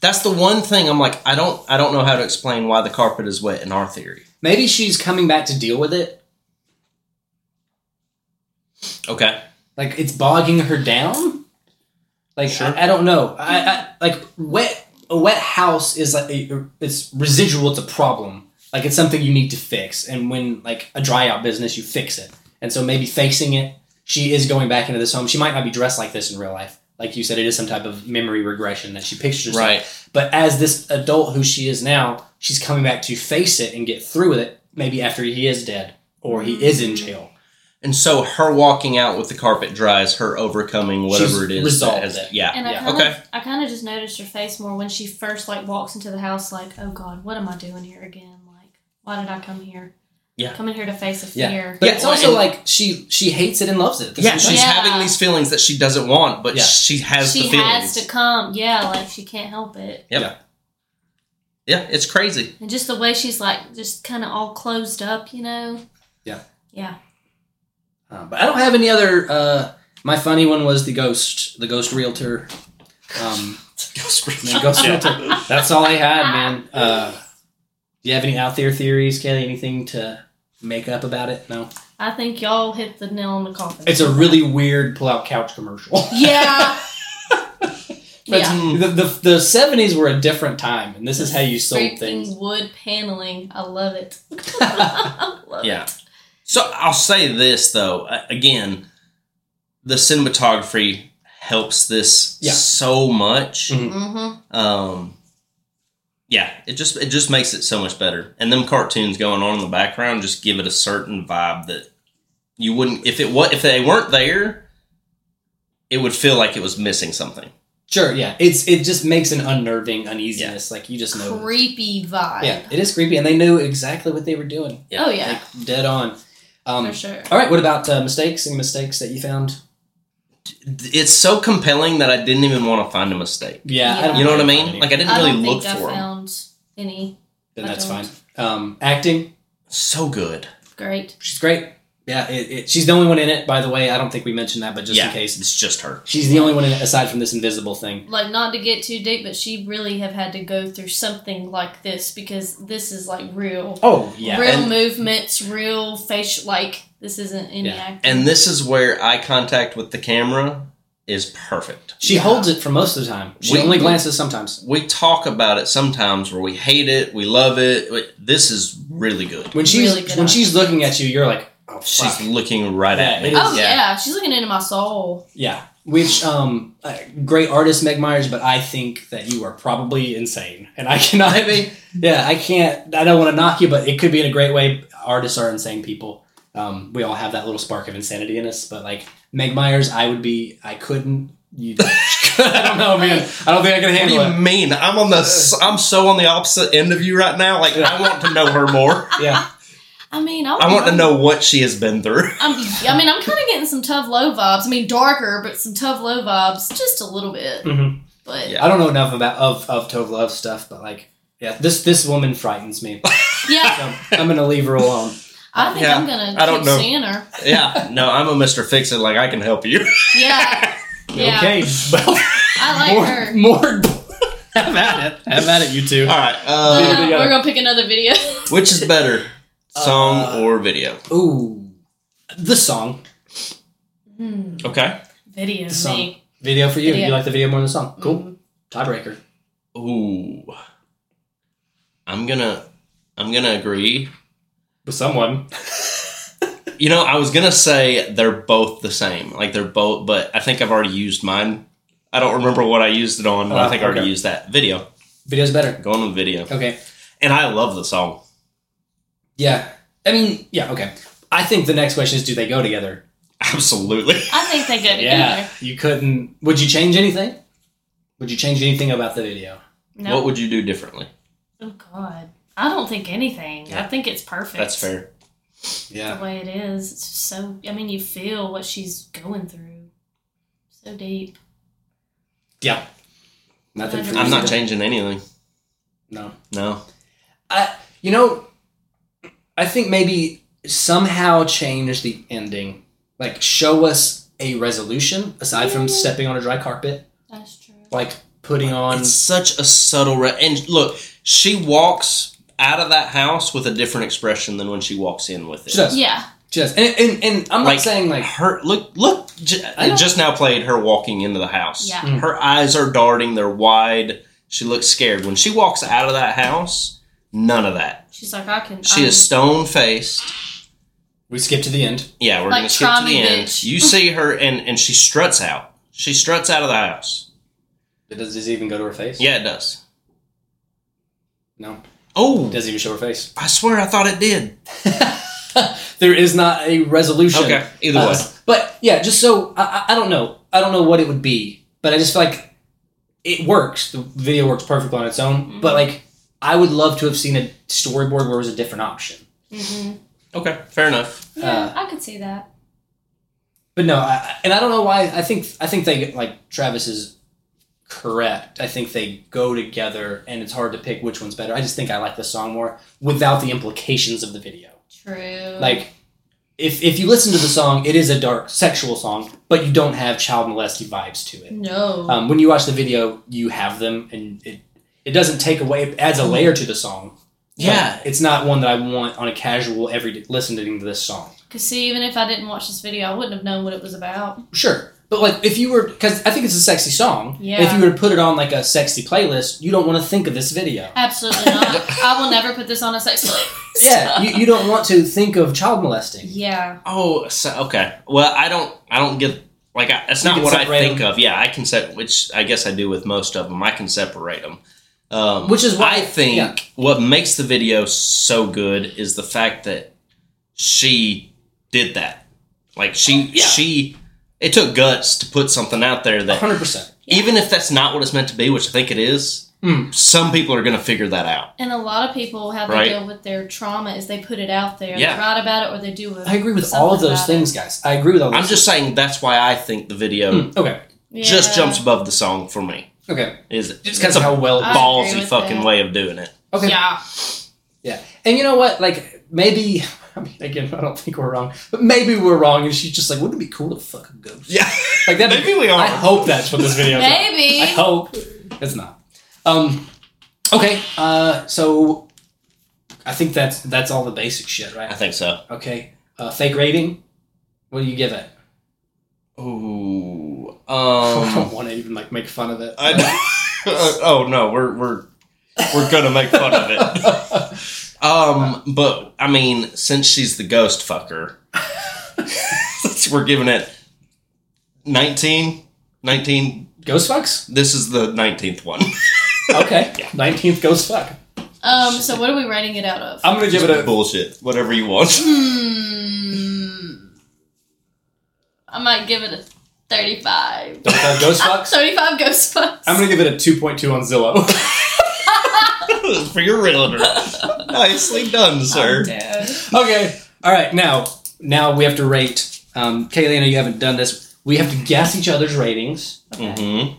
Speaker 2: That's the one thing I'm like, I don't I don't know how to explain why the carpet is wet in our theory.
Speaker 1: Maybe she's coming back to deal with it.
Speaker 2: Okay.
Speaker 1: Like it's bogging her down. Like
Speaker 2: Sure.
Speaker 1: I, I don't know. I, I like wet. A wet house is like a, it's residual. It's a problem. Like it's something you need to fix. And when like a dry out business, you fix it. And so maybe fixing it. She is going back into this home. She might not be dressed like this in real life. Like you said, it is some type of memory regression that she pictures herself
Speaker 2: Right.
Speaker 1: But as this adult who she is now, she's coming back to face it and get through with it, maybe after he is dead or he is in jail.
Speaker 2: And so her walking out with the carpet dry is her overcoming whatever
Speaker 1: She's
Speaker 2: it is.
Speaker 1: resolved
Speaker 2: has-
Speaker 1: it.
Speaker 2: Yeah.
Speaker 3: And I
Speaker 1: Yeah,
Speaker 3: kind
Speaker 2: okay.
Speaker 3: of, I kind of just noticed her face more when she first like walks into the house, like, oh god, what am I doing here again? Like, why did I come here?
Speaker 2: Yeah.
Speaker 3: coming here to face a
Speaker 1: Yeah.
Speaker 3: fear.
Speaker 1: But
Speaker 2: Yeah,
Speaker 1: it's
Speaker 2: well,
Speaker 1: also
Speaker 2: and-
Speaker 1: like she she hates it and loves it. at the
Speaker 2: Yeah,
Speaker 1: same
Speaker 2: she's
Speaker 1: time.
Speaker 3: Yeah.
Speaker 2: having these feelings that she doesn't want, but
Speaker 1: Yeah.
Speaker 2: she has
Speaker 3: she
Speaker 2: the feelings.
Speaker 3: has to come, yeah, like she can't help it.
Speaker 2: yeah, it's crazy.
Speaker 3: And just the way she's like, just kind of all closed up, you know.
Speaker 1: Yeah.
Speaker 3: Yeah.
Speaker 1: Uh, but I don't have any other. Uh, my funny one was the ghost, the ghost realtor. Um, man, ghost
Speaker 2: Yeah.
Speaker 1: realtor. That's all I had, man. Uh, do you have any out there theories, Kelly? Anything to make up about it? No.
Speaker 3: I think y'all hit the nail on the coffin.
Speaker 1: It's a really weird pull-out couch commercial.
Speaker 3: yeah.
Speaker 1: But
Speaker 3: yeah.
Speaker 1: The, the, the 70s were a different time, and this is how you sold
Speaker 3: Freaking
Speaker 1: things.
Speaker 3: wood paneling. I love it. I love
Speaker 2: Yeah.
Speaker 3: it.
Speaker 2: So I'll say this though. a- Again, the cinematography helps this
Speaker 1: Yeah.
Speaker 2: so much.
Speaker 1: Mhm.
Speaker 3: Mm-hmm.
Speaker 2: Um, yeah, it just it just makes it so much better. And them cartoons going on in the background just give it a certain vibe that you wouldn't if it was if they weren't there, it would feel like it was missing something.
Speaker 1: Sure, yeah. It's It just makes an unnerving uneasiness. Like, you just know.
Speaker 3: Creepy vibe.
Speaker 1: Yeah, it is creepy, and they knew exactly what they were doing.
Speaker 2: Yeah.
Speaker 3: Oh yeah,
Speaker 1: Like, dead on. Um,
Speaker 3: for sure.
Speaker 1: All right, what about uh, mistakes? Any mistakes that you found?
Speaker 2: It's so compelling that I didn't even want to find a mistake.
Speaker 1: Yeah,
Speaker 3: Yeah.
Speaker 1: I don't
Speaker 2: You know what I
Speaker 1: really find
Speaker 2: mean?
Speaker 1: any.
Speaker 2: Like I didn't
Speaker 3: I
Speaker 2: really
Speaker 3: don't
Speaker 2: look
Speaker 3: think
Speaker 2: for
Speaker 3: I
Speaker 2: them.
Speaker 3: found any
Speaker 1: then
Speaker 3: I
Speaker 1: that's
Speaker 3: don't.
Speaker 1: fine. Um, acting,
Speaker 2: So good.
Speaker 3: great.
Speaker 1: she's great. Yeah, it, it, she's the only one in it, by the way. I don't think we mentioned that, but just
Speaker 2: yeah,
Speaker 1: in case.
Speaker 2: it's just her.
Speaker 1: She's the only one in it, aside from this invisible thing.
Speaker 3: Like not to get too deep, but she really have had to go through something like this because this is like real,
Speaker 1: Oh, yeah.
Speaker 3: real
Speaker 2: and-
Speaker 3: movements, real facial. Like this isn't any
Speaker 1: Yeah.
Speaker 3: acting.
Speaker 2: And this is where eye contact with the camera is perfect.
Speaker 1: She holds it for most of the time. She
Speaker 2: We-
Speaker 1: only glances sometimes.
Speaker 2: We talk about it sometimes where we hate it, we love it. we- This is really good.
Speaker 1: When she's
Speaker 3: Really good
Speaker 1: when
Speaker 3: eye.
Speaker 1: she's looking at you, you're like, oh fuck.
Speaker 2: She's looking right at me.
Speaker 1: Yeah, it
Speaker 3: Oh yeah. she's looking into my soul.
Speaker 1: yeah. Which um, uh, great artist Meg Myers, but I think that you are probably insane, and I cannot.
Speaker 2: Maybe.
Speaker 1: Yeah, I can't. I don't want to knock you, but it could be in a great way. Artists are insane people. Um, we all have that little spark of insanity in us. But like Meg Myers, I would be. I couldn't. You. I don't know, man. I don't think I can
Speaker 2: What do
Speaker 1: handle it.
Speaker 2: you mean? I'm on the s- I'm so on the opposite end of you right now. Like I want to know her more.
Speaker 1: Yeah.
Speaker 3: I mean, I'll
Speaker 2: I want to
Speaker 3: I'm-
Speaker 2: know what she has been through.
Speaker 3: I'm, I mean, I'm kind of getting some tough low vibes. I mean, darker, but some tough low vibes, just a little bit.
Speaker 1: Mhm.
Speaker 3: But
Speaker 2: Yeah.
Speaker 3: yeah,
Speaker 1: I don't know enough about of of Tove Love stuff, but like, yeah, this this woman frightens me. So I'm gonna leave her alone.
Speaker 3: I think
Speaker 2: Yeah,
Speaker 3: I'm gonna
Speaker 2: I don't
Speaker 3: keep
Speaker 2: know.
Speaker 3: seeing her.
Speaker 2: Yeah. No, I'm a Mister Fix It. Like I can help you.
Speaker 3: Yeah, yeah.
Speaker 1: Okay. Well,
Speaker 3: I like her.
Speaker 1: more, more. Have at it. Have at it, you two.
Speaker 2: All right.
Speaker 1: Yeah,
Speaker 2: Uh,
Speaker 1: we
Speaker 3: Uh,
Speaker 1: got
Speaker 3: we're
Speaker 1: it.
Speaker 3: gonna pick another video.
Speaker 2: which is better, song
Speaker 1: Uh,
Speaker 2: or video?
Speaker 1: Ooh, the song
Speaker 3: Hmm,
Speaker 2: Okay.
Speaker 3: video
Speaker 1: Some-
Speaker 3: me.
Speaker 1: video for you.
Speaker 3: Video.
Speaker 1: You like the video more than the song? Cool.
Speaker 3: Mm.
Speaker 1: Tiebreaker.
Speaker 2: Ooh. I'm gonna. I'm gonna agree.
Speaker 1: With someone.
Speaker 2: You know, I was gonna say they're both the same. Like they're both, but I think I've already used mine. I don't remember what I used it on, but I
Speaker 1: Oh,
Speaker 2: think I already
Speaker 1: okay.
Speaker 2: used that video.
Speaker 1: Video's better.
Speaker 2: Going with video,
Speaker 1: Okay.
Speaker 2: and I love the song.
Speaker 1: Yeah. I mean, yeah, okay. I think the next question is do they go together?
Speaker 2: Absolutely.
Speaker 3: I think they go together.
Speaker 1: You couldn't. Would you change anything? Would you change anything about the video?
Speaker 3: No.
Speaker 2: What would you do differently?
Speaker 3: oh God, I don't think anything. I think it's perfect.
Speaker 2: That's fair.
Speaker 1: Yeah.
Speaker 3: The way it is, it's just so. I mean, you feel what she's going through. So deep.
Speaker 1: Yeah. Nothing for me
Speaker 2: I'm not
Speaker 1: either.
Speaker 2: changing anything.
Speaker 1: No.
Speaker 2: No.
Speaker 1: You know, I think maybe somehow change the ending. Like, show us a resolution aside from stepping on a dry carpet.
Speaker 3: That's true.
Speaker 1: Like, putting on.
Speaker 2: It's such a subtle. Re- and look, she walks out of that house with a different expression than when she walks in with it.
Speaker 1: She does.
Speaker 3: Yeah.
Speaker 1: Just. And, and, and I'm
Speaker 2: Like-
Speaker 1: not saying, like,
Speaker 2: her look look j-
Speaker 1: I know.
Speaker 2: it just now played her walking into the house
Speaker 3: Yeah.
Speaker 1: Mm.
Speaker 2: her eyes are darting they're wide she looks scared when she walks out of that house none of that
Speaker 3: She's like, I can.
Speaker 2: she
Speaker 3: I'm-
Speaker 2: is stone faced
Speaker 1: we skip to the end.
Speaker 2: yeah we're
Speaker 3: Like,
Speaker 2: gonna skip
Speaker 3: try
Speaker 2: to the
Speaker 3: me,
Speaker 2: end
Speaker 3: bitch.
Speaker 2: you see her and and she struts out she struts out of the house
Speaker 1: Does, does it even go to her face?
Speaker 2: yeah it does
Speaker 1: No.
Speaker 2: oh
Speaker 1: It doesn't even show her face.
Speaker 2: i swear i thought it did
Speaker 1: there is not a resolution.
Speaker 2: okay either
Speaker 1: Uh,
Speaker 2: way
Speaker 1: but yeah, just so I, I- I don't know, I don't know what it would be, but I just feel like it works. The video works perfectly on its own.
Speaker 3: Mhm.
Speaker 1: But
Speaker 2: Mm-hmm.
Speaker 1: like, I would love to have seen a storyboard where it was a different option.
Speaker 3: Mhm.
Speaker 2: okay fair enough
Speaker 1: Uh,
Speaker 3: Yeah, I could see that.
Speaker 1: But no, I- I, and I don't know why. I think I think they like Travis is correct. I think they go together, and it's hard to pick which one's better. I just think I like the song more without the implications of the video.
Speaker 3: True.
Speaker 1: like if if you listen to the song it is a dark sexual song but you don't have child molesty vibes to it
Speaker 3: no.
Speaker 1: um, when you watch the video you have them and it it doesn't take away it adds a layer to the song but
Speaker 2: yeah
Speaker 1: it's not one that i want on a casual every listening to this song
Speaker 3: Cause see, even if I didn't watch this video, I wouldn't have known what it was about.
Speaker 1: sure but like if you were because i think it's a sexy song
Speaker 3: Yeah.
Speaker 1: if you were to put it on like a sexy playlist you don't want to think of this video
Speaker 3: Absolutely not. I will never put this on a sex.
Speaker 1: yeah you, you don't want to think of child molesting
Speaker 3: Yeah.
Speaker 2: Oh, so, okay. Well, I don't. I don't get like I, that's
Speaker 1: You
Speaker 2: not
Speaker 1: can
Speaker 2: what I
Speaker 1: separate
Speaker 2: think
Speaker 1: 'em.
Speaker 2: of. Yeah, I can set, which I guess I do with most of them. I can separate them. Um,
Speaker 1: Which is why-
Speaker 2: I think
Speaker 1: yeah.
Speaker 2: what makes the video so good is the fact that she did that. Like she,
Speaker 1: Oh, Yeah.
Speaker 2: she, it took guts to put something out there that
Speaker 1: 100%
Speaker 2: even if that's not what it's meant to be, which I think it is,
Speaker 1: Mm.
Speaker 2: some people are going to figure that out.
Speaker 3: And a lot of people how they
Speaker 2: Right.
Speaker 3: deal with their trauma is they put it out there,
Speaker 2: Yeah.
Speaker 3: they write about it, or they do. A,
Speaker 1: i agree with all of
Speaker 3: something
Speaker 1: those
Speaker 3: about it.
Speaker 1: things guys i agree with all
Speaker 2: I'm
Speaker 1: those
Speaker 2: just saying that's why I think the video
Speaker 1: Mm, okay
Speaker 2: just
Speaker 3: Yeah.
Speaker 2: jumps above the song for me.
Speaker 1: okay
Speaker 2: Is
Speaker 1: just
Speaker 2: it's
Speaker 1: because
Speaker 2: a
Speaker 1: of how well
Speaker 3: I agree
Speaker 2: ballsy
Speaker 3: with
Speaker 2: fucking
Speaker 3: that.
Speaker 2: way of doing it.
Speaker 1: okay
Speaker 3: Uh, Yeah.
Speaker 1: And you know what? Like maybe I mean again, I don't think we're wrong, but maybe we're wrong. And she's just like, wouldn't it be cool to fuck a ghost?
Speaker 2: Yeah,
Speaker 1: Like that.
Speaker 2: Maybe we are.
Speaker 1: I hope that's what this video. is about.
Speaker 3: Maybe.
Speaker 1: I hope it's not. Um. Okay. Uh. So I think that's that's all the basic shit,
Speaker 2: I
Speaker 1: right?
Speaker 2: think so.
Speaker 1: Okay. Uh, fake rating. What do you give it?
Speaker 2: Ooh,
Speaker 1: I don't
Speaker 2: Um,
Speaker 1: want to even like make fun of it.
Speaker 2: I, oh no, we're we're we're gonna make fun of it. Um, but I mean, since she's the ghost fucker, since we're giving it 19, 19
Speaker 1: ghost fucks.
Speaker 2: This is the nineteenth one.
Speaker 1: Okay, nineteenth ghost fuck.
Speaker 3: Um, so what are we rating it out of?
Speaker 1: I'm gonna give it a.
Speaker 2: bullshit. Whatever you want.
Speaker 3: Hmm. I might give it a 35.
Speaker 1: Don't have uh, ghost fucks.
Speaker 3: 35 ghost fucks.
Speaker 1: I'm gonna give it a two point two on Zillow.
Speaker 2: For your realtor. Nicely done, sir.
Speaker 3: Dude.
Speaker 1: okay. All right. Now, now we have to rate. Um, Kaylee, I know you haven't done this. We have to guess each other's ratings,
Speaker 2: Mm-hmm.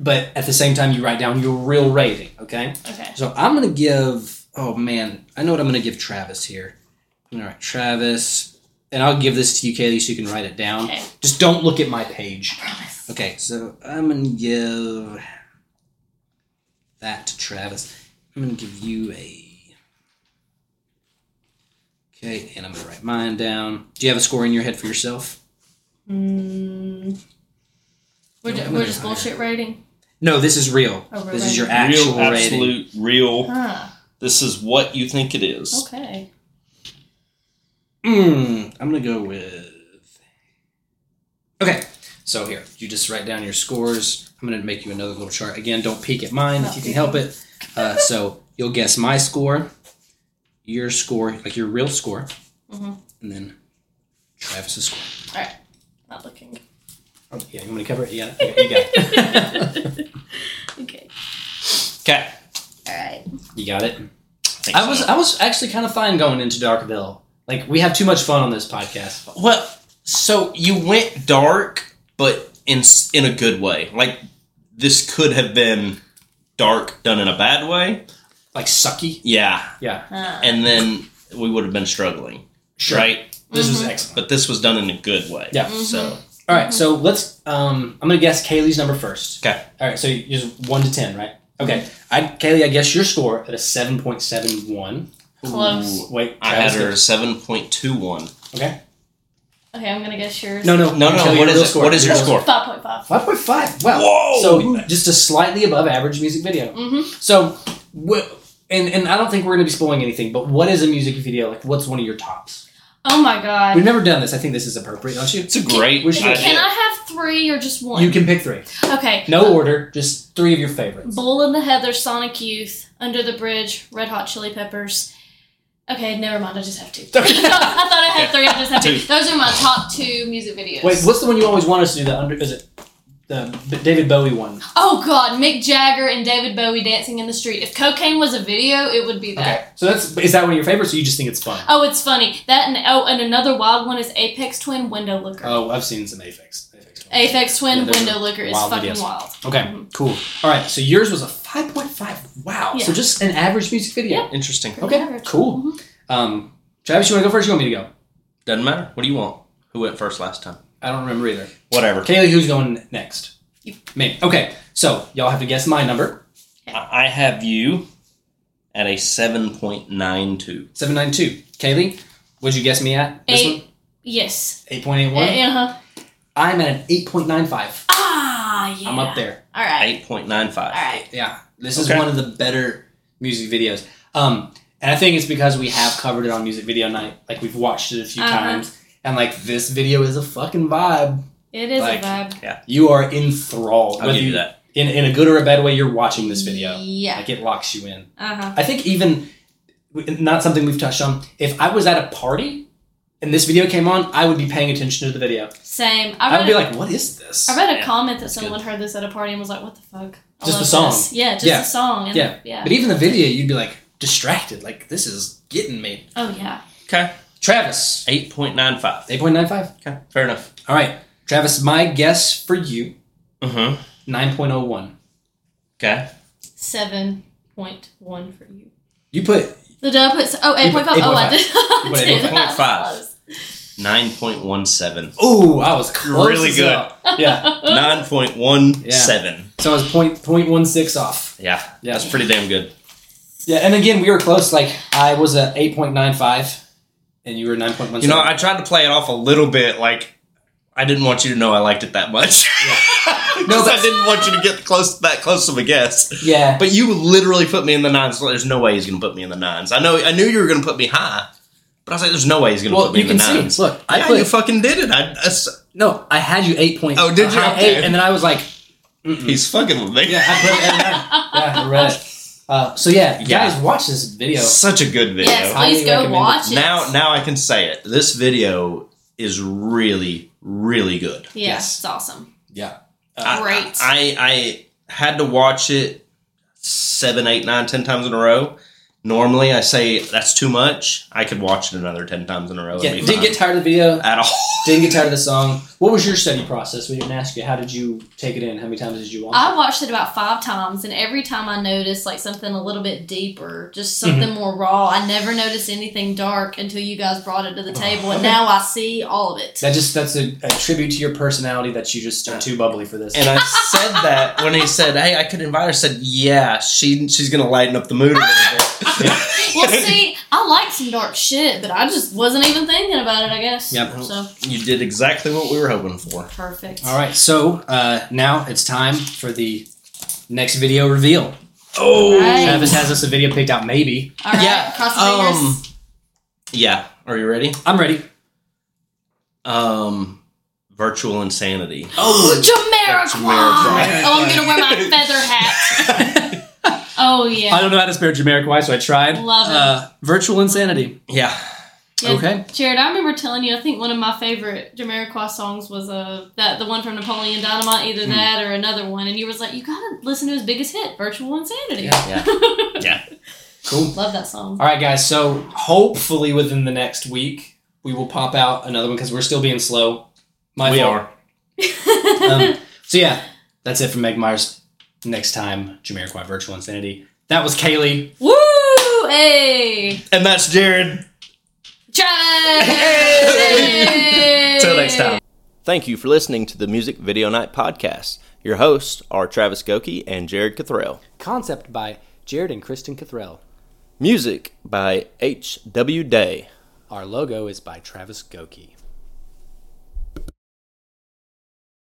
Speaker 1: but at the same time, you write down your real rating. Okay.
Speaker 3: Okay.
Speaker 1: So I'm gonna give. Oh man, I know what I'm gonna give Travis here. All right, Travis, and I'll give this to you, Kaylee, so you can write it down.
Speaker 3: Okay.
Speaker 1: Just don't look at my page. Okay, so I'm gonna give that to Travis. I'm gonna give you a. Okay, and I'm gonna write mine down. Do you have a score in your head for yourself?
Speaker 3: Hmm. We're, ju- we're just bullshit rating.
Speaker 1: No, this is real.
Speaker 3: Oh, we're
Speaker 1: This is your
Speaker 3: rating.
Speaker 1: actual
Speaker 2: real,
Speaker 1: rating.
Speaker 2: absolute, real.
Speaker 3: Huh.
Speaker 2: This is what you think it is.
Speaker 3: Okay.
Speaker 1: Mm, I'm gonna go with. Okay, so here you just write down your scores. I'm gonna make you another little chart. Again, don't peek at mine if you can help it. Uh, so you'll guess my score, your score, like your real score,
Speaker 3: Mhm.
Speaker 1: and then Travis's score.
Speaker 3: Not looking.
Speaker 1: Oh, yeah, you want me to cover it? Yeah, okay, you got it.
Speaker 3: Okay.
Speaker 2: Okay.
Speaker 3: All right.
Speaker 1: you got it. I was I was actually kind of fine going into Darkville. Like we have too much fun on this podcast.
Speaker 2: well. So you went dark, but in s- in a good way. Like this could have been dark done in a bad way.
Speaker 1: Like sucky.
Speaker 2: Yeah,
Speaker 1: Yeah,
Speaker 3: Huh.
Speaker 2: and then we would have been struggling,
Speaker 1: sure.
Speaker 2: right?
Speaker 1: This was
Speaker 3: Mhm.
Speaker 1: excellent.
Speaker 2: But this was done in a good way.
Speaker 1: Yeah.
Speaker 3: Mm-hmm.
Speaker 2: So
Speaker 1: All right, so let's. Um, I'm gonna guess Kaylee's number first.
Speaker 2: Okay.
Speaker 1: All right, so you just one to ten, right? Okay. I Kaylee, I guess your score at a seven point seven one.
Speaker 3: Close.
Speaker 1: Wait,
Speaker 2: I had
Speaker 1: Travis
Speaker 2: her seven point two one.
Speaker 3: Okay, I'm gonna guess yours.
Speaker 1: did- No, no,
Speaker 2: No, no,
Speaker 1: Kaylee,
Speaker 2: what
Speaker 1: your
Speaker 2: is
Speaker 1: real
Speaker 2: it? What is your score?
Speaker 3: Five point five.
Speaker 1: Five point five. Wow.
Speaker 2: Whoa!
Speaker 1: So just a slightly above average music video.
Speaker 3: Mm-hmm.
Speaker 1: So, wh- and and I don't think we're gonna be spoiling anything. But what is a music video like? What's one of your tops?
Speaker 3: Oh my god.
Speaker 1: We've never done this. I think this is appropriate, don't you?
Speaker 2: It's a great
Speaker 1: we should-
Speaker 3: Can,
Speaker 2: idea.
Speaker 3: can I have three or just one?
Speaker 1: You can pick three.
Speaker 3: Okay.
Speaker 1: No order, just three of your favorites.
Speaker 3: Bull and the Heather, Sonic Youth, Under the Bridge, Red Hot Chili Peppers. Okay, never mind. I just have two. I thought I had three. I just have two.
Speaker 2: Two.
Speaker 3: Those are my top two music videos.
Speaker 1: Wait, what's the one you always want us to do? The under is it the B- David Bowie one?
Speaker 3: Oh God, Mick Jagger and David Bowie dancing in the street. If cocaine was a video, it would be that.
Speaker 1: Okay, so that's is that one of your favorites? Or you just think it's fun?
Speaker 3: Oh, it's funny that and oh, and another wild one is Apex Twin Window Looker.
Speaker 1: Oh, I've seen some Aphex. Aphex.
Speaker 3: Apex Twin
Speaker 1: Yeah, those
Speaker 3: Window
Speaker 1: are
Speaker 3: Looker is
Speaker 1: wild
Speaker 3: fucking
Speaker 1: videos.
Speaker 3: wild.
Speaker 1: Okay,
Speaker 3: Mhm.
Speaker 1: cool. All right, so yours was a five point five. Wow. So
Speaker 3: Yeah.
Speaker 1: just an average music video.
Speaker 2: Interesting.
Speaker 3: Pretty
Speaker 1: Okay,
Speaker 3: average.
Speaker 1: cool. Um, Travis, you want to go first? Or you want me to go?
Speaker 2: Doesn't matter. What do you want? Who went first last time?
Speaker 1: I don't remember either.
Speaker 2: Whatever.
Speaker 1: Kaylee, who's going next?
Speaker 3: You.
Speaker 1: Me. Okay, so y'all have to guess my number
Speaker 2: I I have you at a seven point nine two.
Speaker 1: seven nine two. Kaylee, what'd you guess me at? This
Speaker 3: Eight.
Speaker 1: one
Speaker 3: Yes.
Speaker 1: eight point eight
Speaker 3: Uh
Speaker 1: one.
Speaker 3: huh.
Speaker 1: I'm at an eight point nine five.
Speaker 3: Ah, yeah.
Speaker 1: I'm up there.
Speaker 3: All right.
Speaker 2: Eight point nine
Speaker 3: All
Speaker 2: five.
Speaker 3: right.
Speaker 1: Yeah, this is
Speaker 2: Okay.
Speaker 1: one of the better music videos. Um, and I think it's because we have covered it on music video night. Like we've watched it a few
Speaker 3: Uh-huh.
Speaker 1: times, and like this video is a fucking vibe.
Speaker 3: It is
Speaker 1: Like,
Speaker 3: a vibe.
Speaker 1: You are enthralled.
Speaker 2: I'll
Speaker 1: Whether
Speaker 2: give you that.
Speaker 1: in in a good or a bad way. You're watching this video.
Speaker 3: Yeah.
Speaker 1: Like it locks you in.
Speaker 3: Uh huh.
Speaker 1: I think even not something we've touched on. If I was at a party and this video came on, I would be paying attention to the video.
Speaker 3: Same.
Speaker 1: I, would
Speaker 3: I read,
Speaker 1: be
Speaker 3: a-
Speaker 1: like, "What is this?"
Speaker 3: I read a
Speaker 2: Yeah,
Speaker 3: comment that
Speaker 2: that's
Speaker 3: someone heard this at a party and was like, "What the fuck?" I
Speaker 1: Just the
Speaker 3: love
Speaker 1: song.
Speaker 3: this." Yeah, just
Speaker 1: Yeah.
Speaker 3: the song. And
Speaker 1: Yeah.
Speaker 3: yeah.
Speaker 1: But even the video, you'd be like distracted. Like this is getting me.
Speaker 3: Oh yeah.
Speaker 2: Okay.
Speaker 1: Travis,
Speaker 2: Eight point nine five.
Speaker 1: eight point nine five.
Speaker 2: Okay. Fair enough.
Speaker 1: All right, Travis, my guess for you
Speaker 2: Mm-hmm.
Speaker 1: 9.01.
Speaker 2: Okay.
Speaker 3: Seven point one for you.
Speaker 1: You put
Speaker 3: The dub puts oh eight point five. Oh, I did.
Speaker 1: You put
Speaker 2: 8.5. Nine point one seven.
Speaker 1: oh, I was close
Speaker 2: Really
Speaker 1: as
Speaker 2: good.
Speaker 1: hell. Yeah,
Speaker 2: Nine point one seven.
Speaker 1: so I was point point one six off.
Speaker 2: Yeah.
Speaker 1: Yeah.
Speaker 2: That's pretty damn good.
Speaker 1: Yeah, and again, we were close. Like I was at 8.95, and you were 9.17.
Speaker 2: You know, I tried to play it off a little bit like I didn't want you to know I liked it that much.
Speaker 1: No,
Speaker 2: no,
Speaker 1: but-
Speaker 2: I didn't want you to get close that close of a guess.
Speaker 1: Yeah.
Speaker 2: But you literally put me in the nines. There's no way he's going to put me in the nines. I know. I knew you were going to put me high, but I was like, "There's no way he's going to
Speaker 1: Well,
Speaker 2: put me
Speaker 1: you
Speaker 2: in the
Speaker 1: can see.
Speaker 2: nines."
Speaker 1: Look, I
Speaker 2: yeah,
Speaker 1: put-
Speaker 2: you fucking did it. I, I s-
Speaker 1: No, I had you eight points.
Speaker 2: Oh, did
Speaker 1: I
Speaker 2: you?
Speaker 1: had
Speaker 2: Okay.
Speaker 1: Eight, and then I was like,
Speaker 2: he's fucking with me.
Speaker 1: yeah, I put it in there. Yeah, I read it. Uh, so yeah,
Speaker 2: Yeah.
Speaker 1: guys, watch this video.
Speaker 2: Such a good video.
Speaker 3: Yes,
Speaker 1: Highly
Speaker 3: please go
Speaker 1: recommend it.
Speaker 3: watch it.
Speaker 2: Now, now I can say it. This video is really, really good.
Speaker 3: yeah,
Speaker 1: Yes.
Speaker 3: it's awesome.
Speaker 1: Yeah.
Speaker 2: I-
Speaker 3: Great.
Speaker 2: I, I had to watch it seven, eight, nine, ten times in a row. Normally, I say that's too much. I could watch it another ten times in a row. and
Speaker 1: yeah
Speaker 2: be
Speaker 1: didn't
Speaker 2: fine.
Speaker 1: get tired of the video.
Speaker 2: at all.
Speaker 1: Didn't get tired of the song. What was your study process? We didn't ask you. How did you take it in? How many times did you watch? it?
Speaker 3: I watched it about five times, and every time I noticed like something a little bit deeper, just something more raw. I never noticed anything dark until you guys brought it to the table, and now I see all of it.
Speaker 1: That just that's a, a tribute to your personality that you just are too bubbly for this.
Speaker 2: And I said that when he said, "Hey, I could invite her." I said, "Yeah, she she's gonna lighten up the mood a little bit."
Speaker 3: well, see, I like some dark shit, but I just wasn't even thinking about it. I guess.
Speaker 1: Yep.
Speaker 3: So
Speaker 2: You did exactly what we were hoping for.
Speaker 3: perfect.
Speaker 1: All right, so uh, now it's time for the next video reveal.
Speaker 2: Oh,
Speaker 3: Right.
Speaker 1: Travis has us a video picked out. Maybe
Speaker 3: All right.
Speaker 2: Yeah,
Speaker 3: Cross the fingers.
Speaker 2: um, yeah. Are you ready?
Speaker 1: I'm ready.
Speaker 2: Um, virtual insanity.
Speaker 1: Oh,
Speaker 3: Jamiroquai.
Speaker 2: Jamiroquai.
Speaker 3: Oh, I'm gonna wear my feather hat. Oh yeah.
Speaker 1: I don't know how to spell Jamiroquai, so I tried.
Speaker 3: Love it.
Speaker 1: Uh, virtual insanity.
Speaker 2: Yeah.
Speaker 3: Yeah,
Speaker 1: Okay.
Speaker 3: Jared, I remember telling you I think one of my favorite Jamiroquai songs was uh that the one from Napoleon Dynamite, either
Speaker 1: Hmm.
Speaker 3: that or another one, and you was like, you gotta listen to his biggest hit, Virtual Insanity.
Speaker 1: Yeah.
Speaker 2: Yeah. Yeah.
Speaker 1: Cool.
Speaker 3: Love that song.
Speaker 1: All right, guys. So hopefully within the next week we will pop out another one because we're still being slow. My
Speaker 2: we
Speaker 1: fault.
Speaker 2: are.
Speaker 1: Um, so yeah, that's it from Meg Myers. Next time, Jamiroquai Virtual Insanity. That was Kaylee.
Speaker 3: Woo! Hey!
Speaker 2: And that's Jared.
Speaker 3: Travis!
Speaker 2: Hey! Till next time.
Speaker 4: Thank you for listening to the Music Video Night Podcast. Your hosts are Travis Goki and Jared Cathrell.
Speaker 1: Concept by Jared and Kristen Cathrell.
Speaker 4: Music by H.W. Day.
Speaker 1: Our logo is by Travis Goki.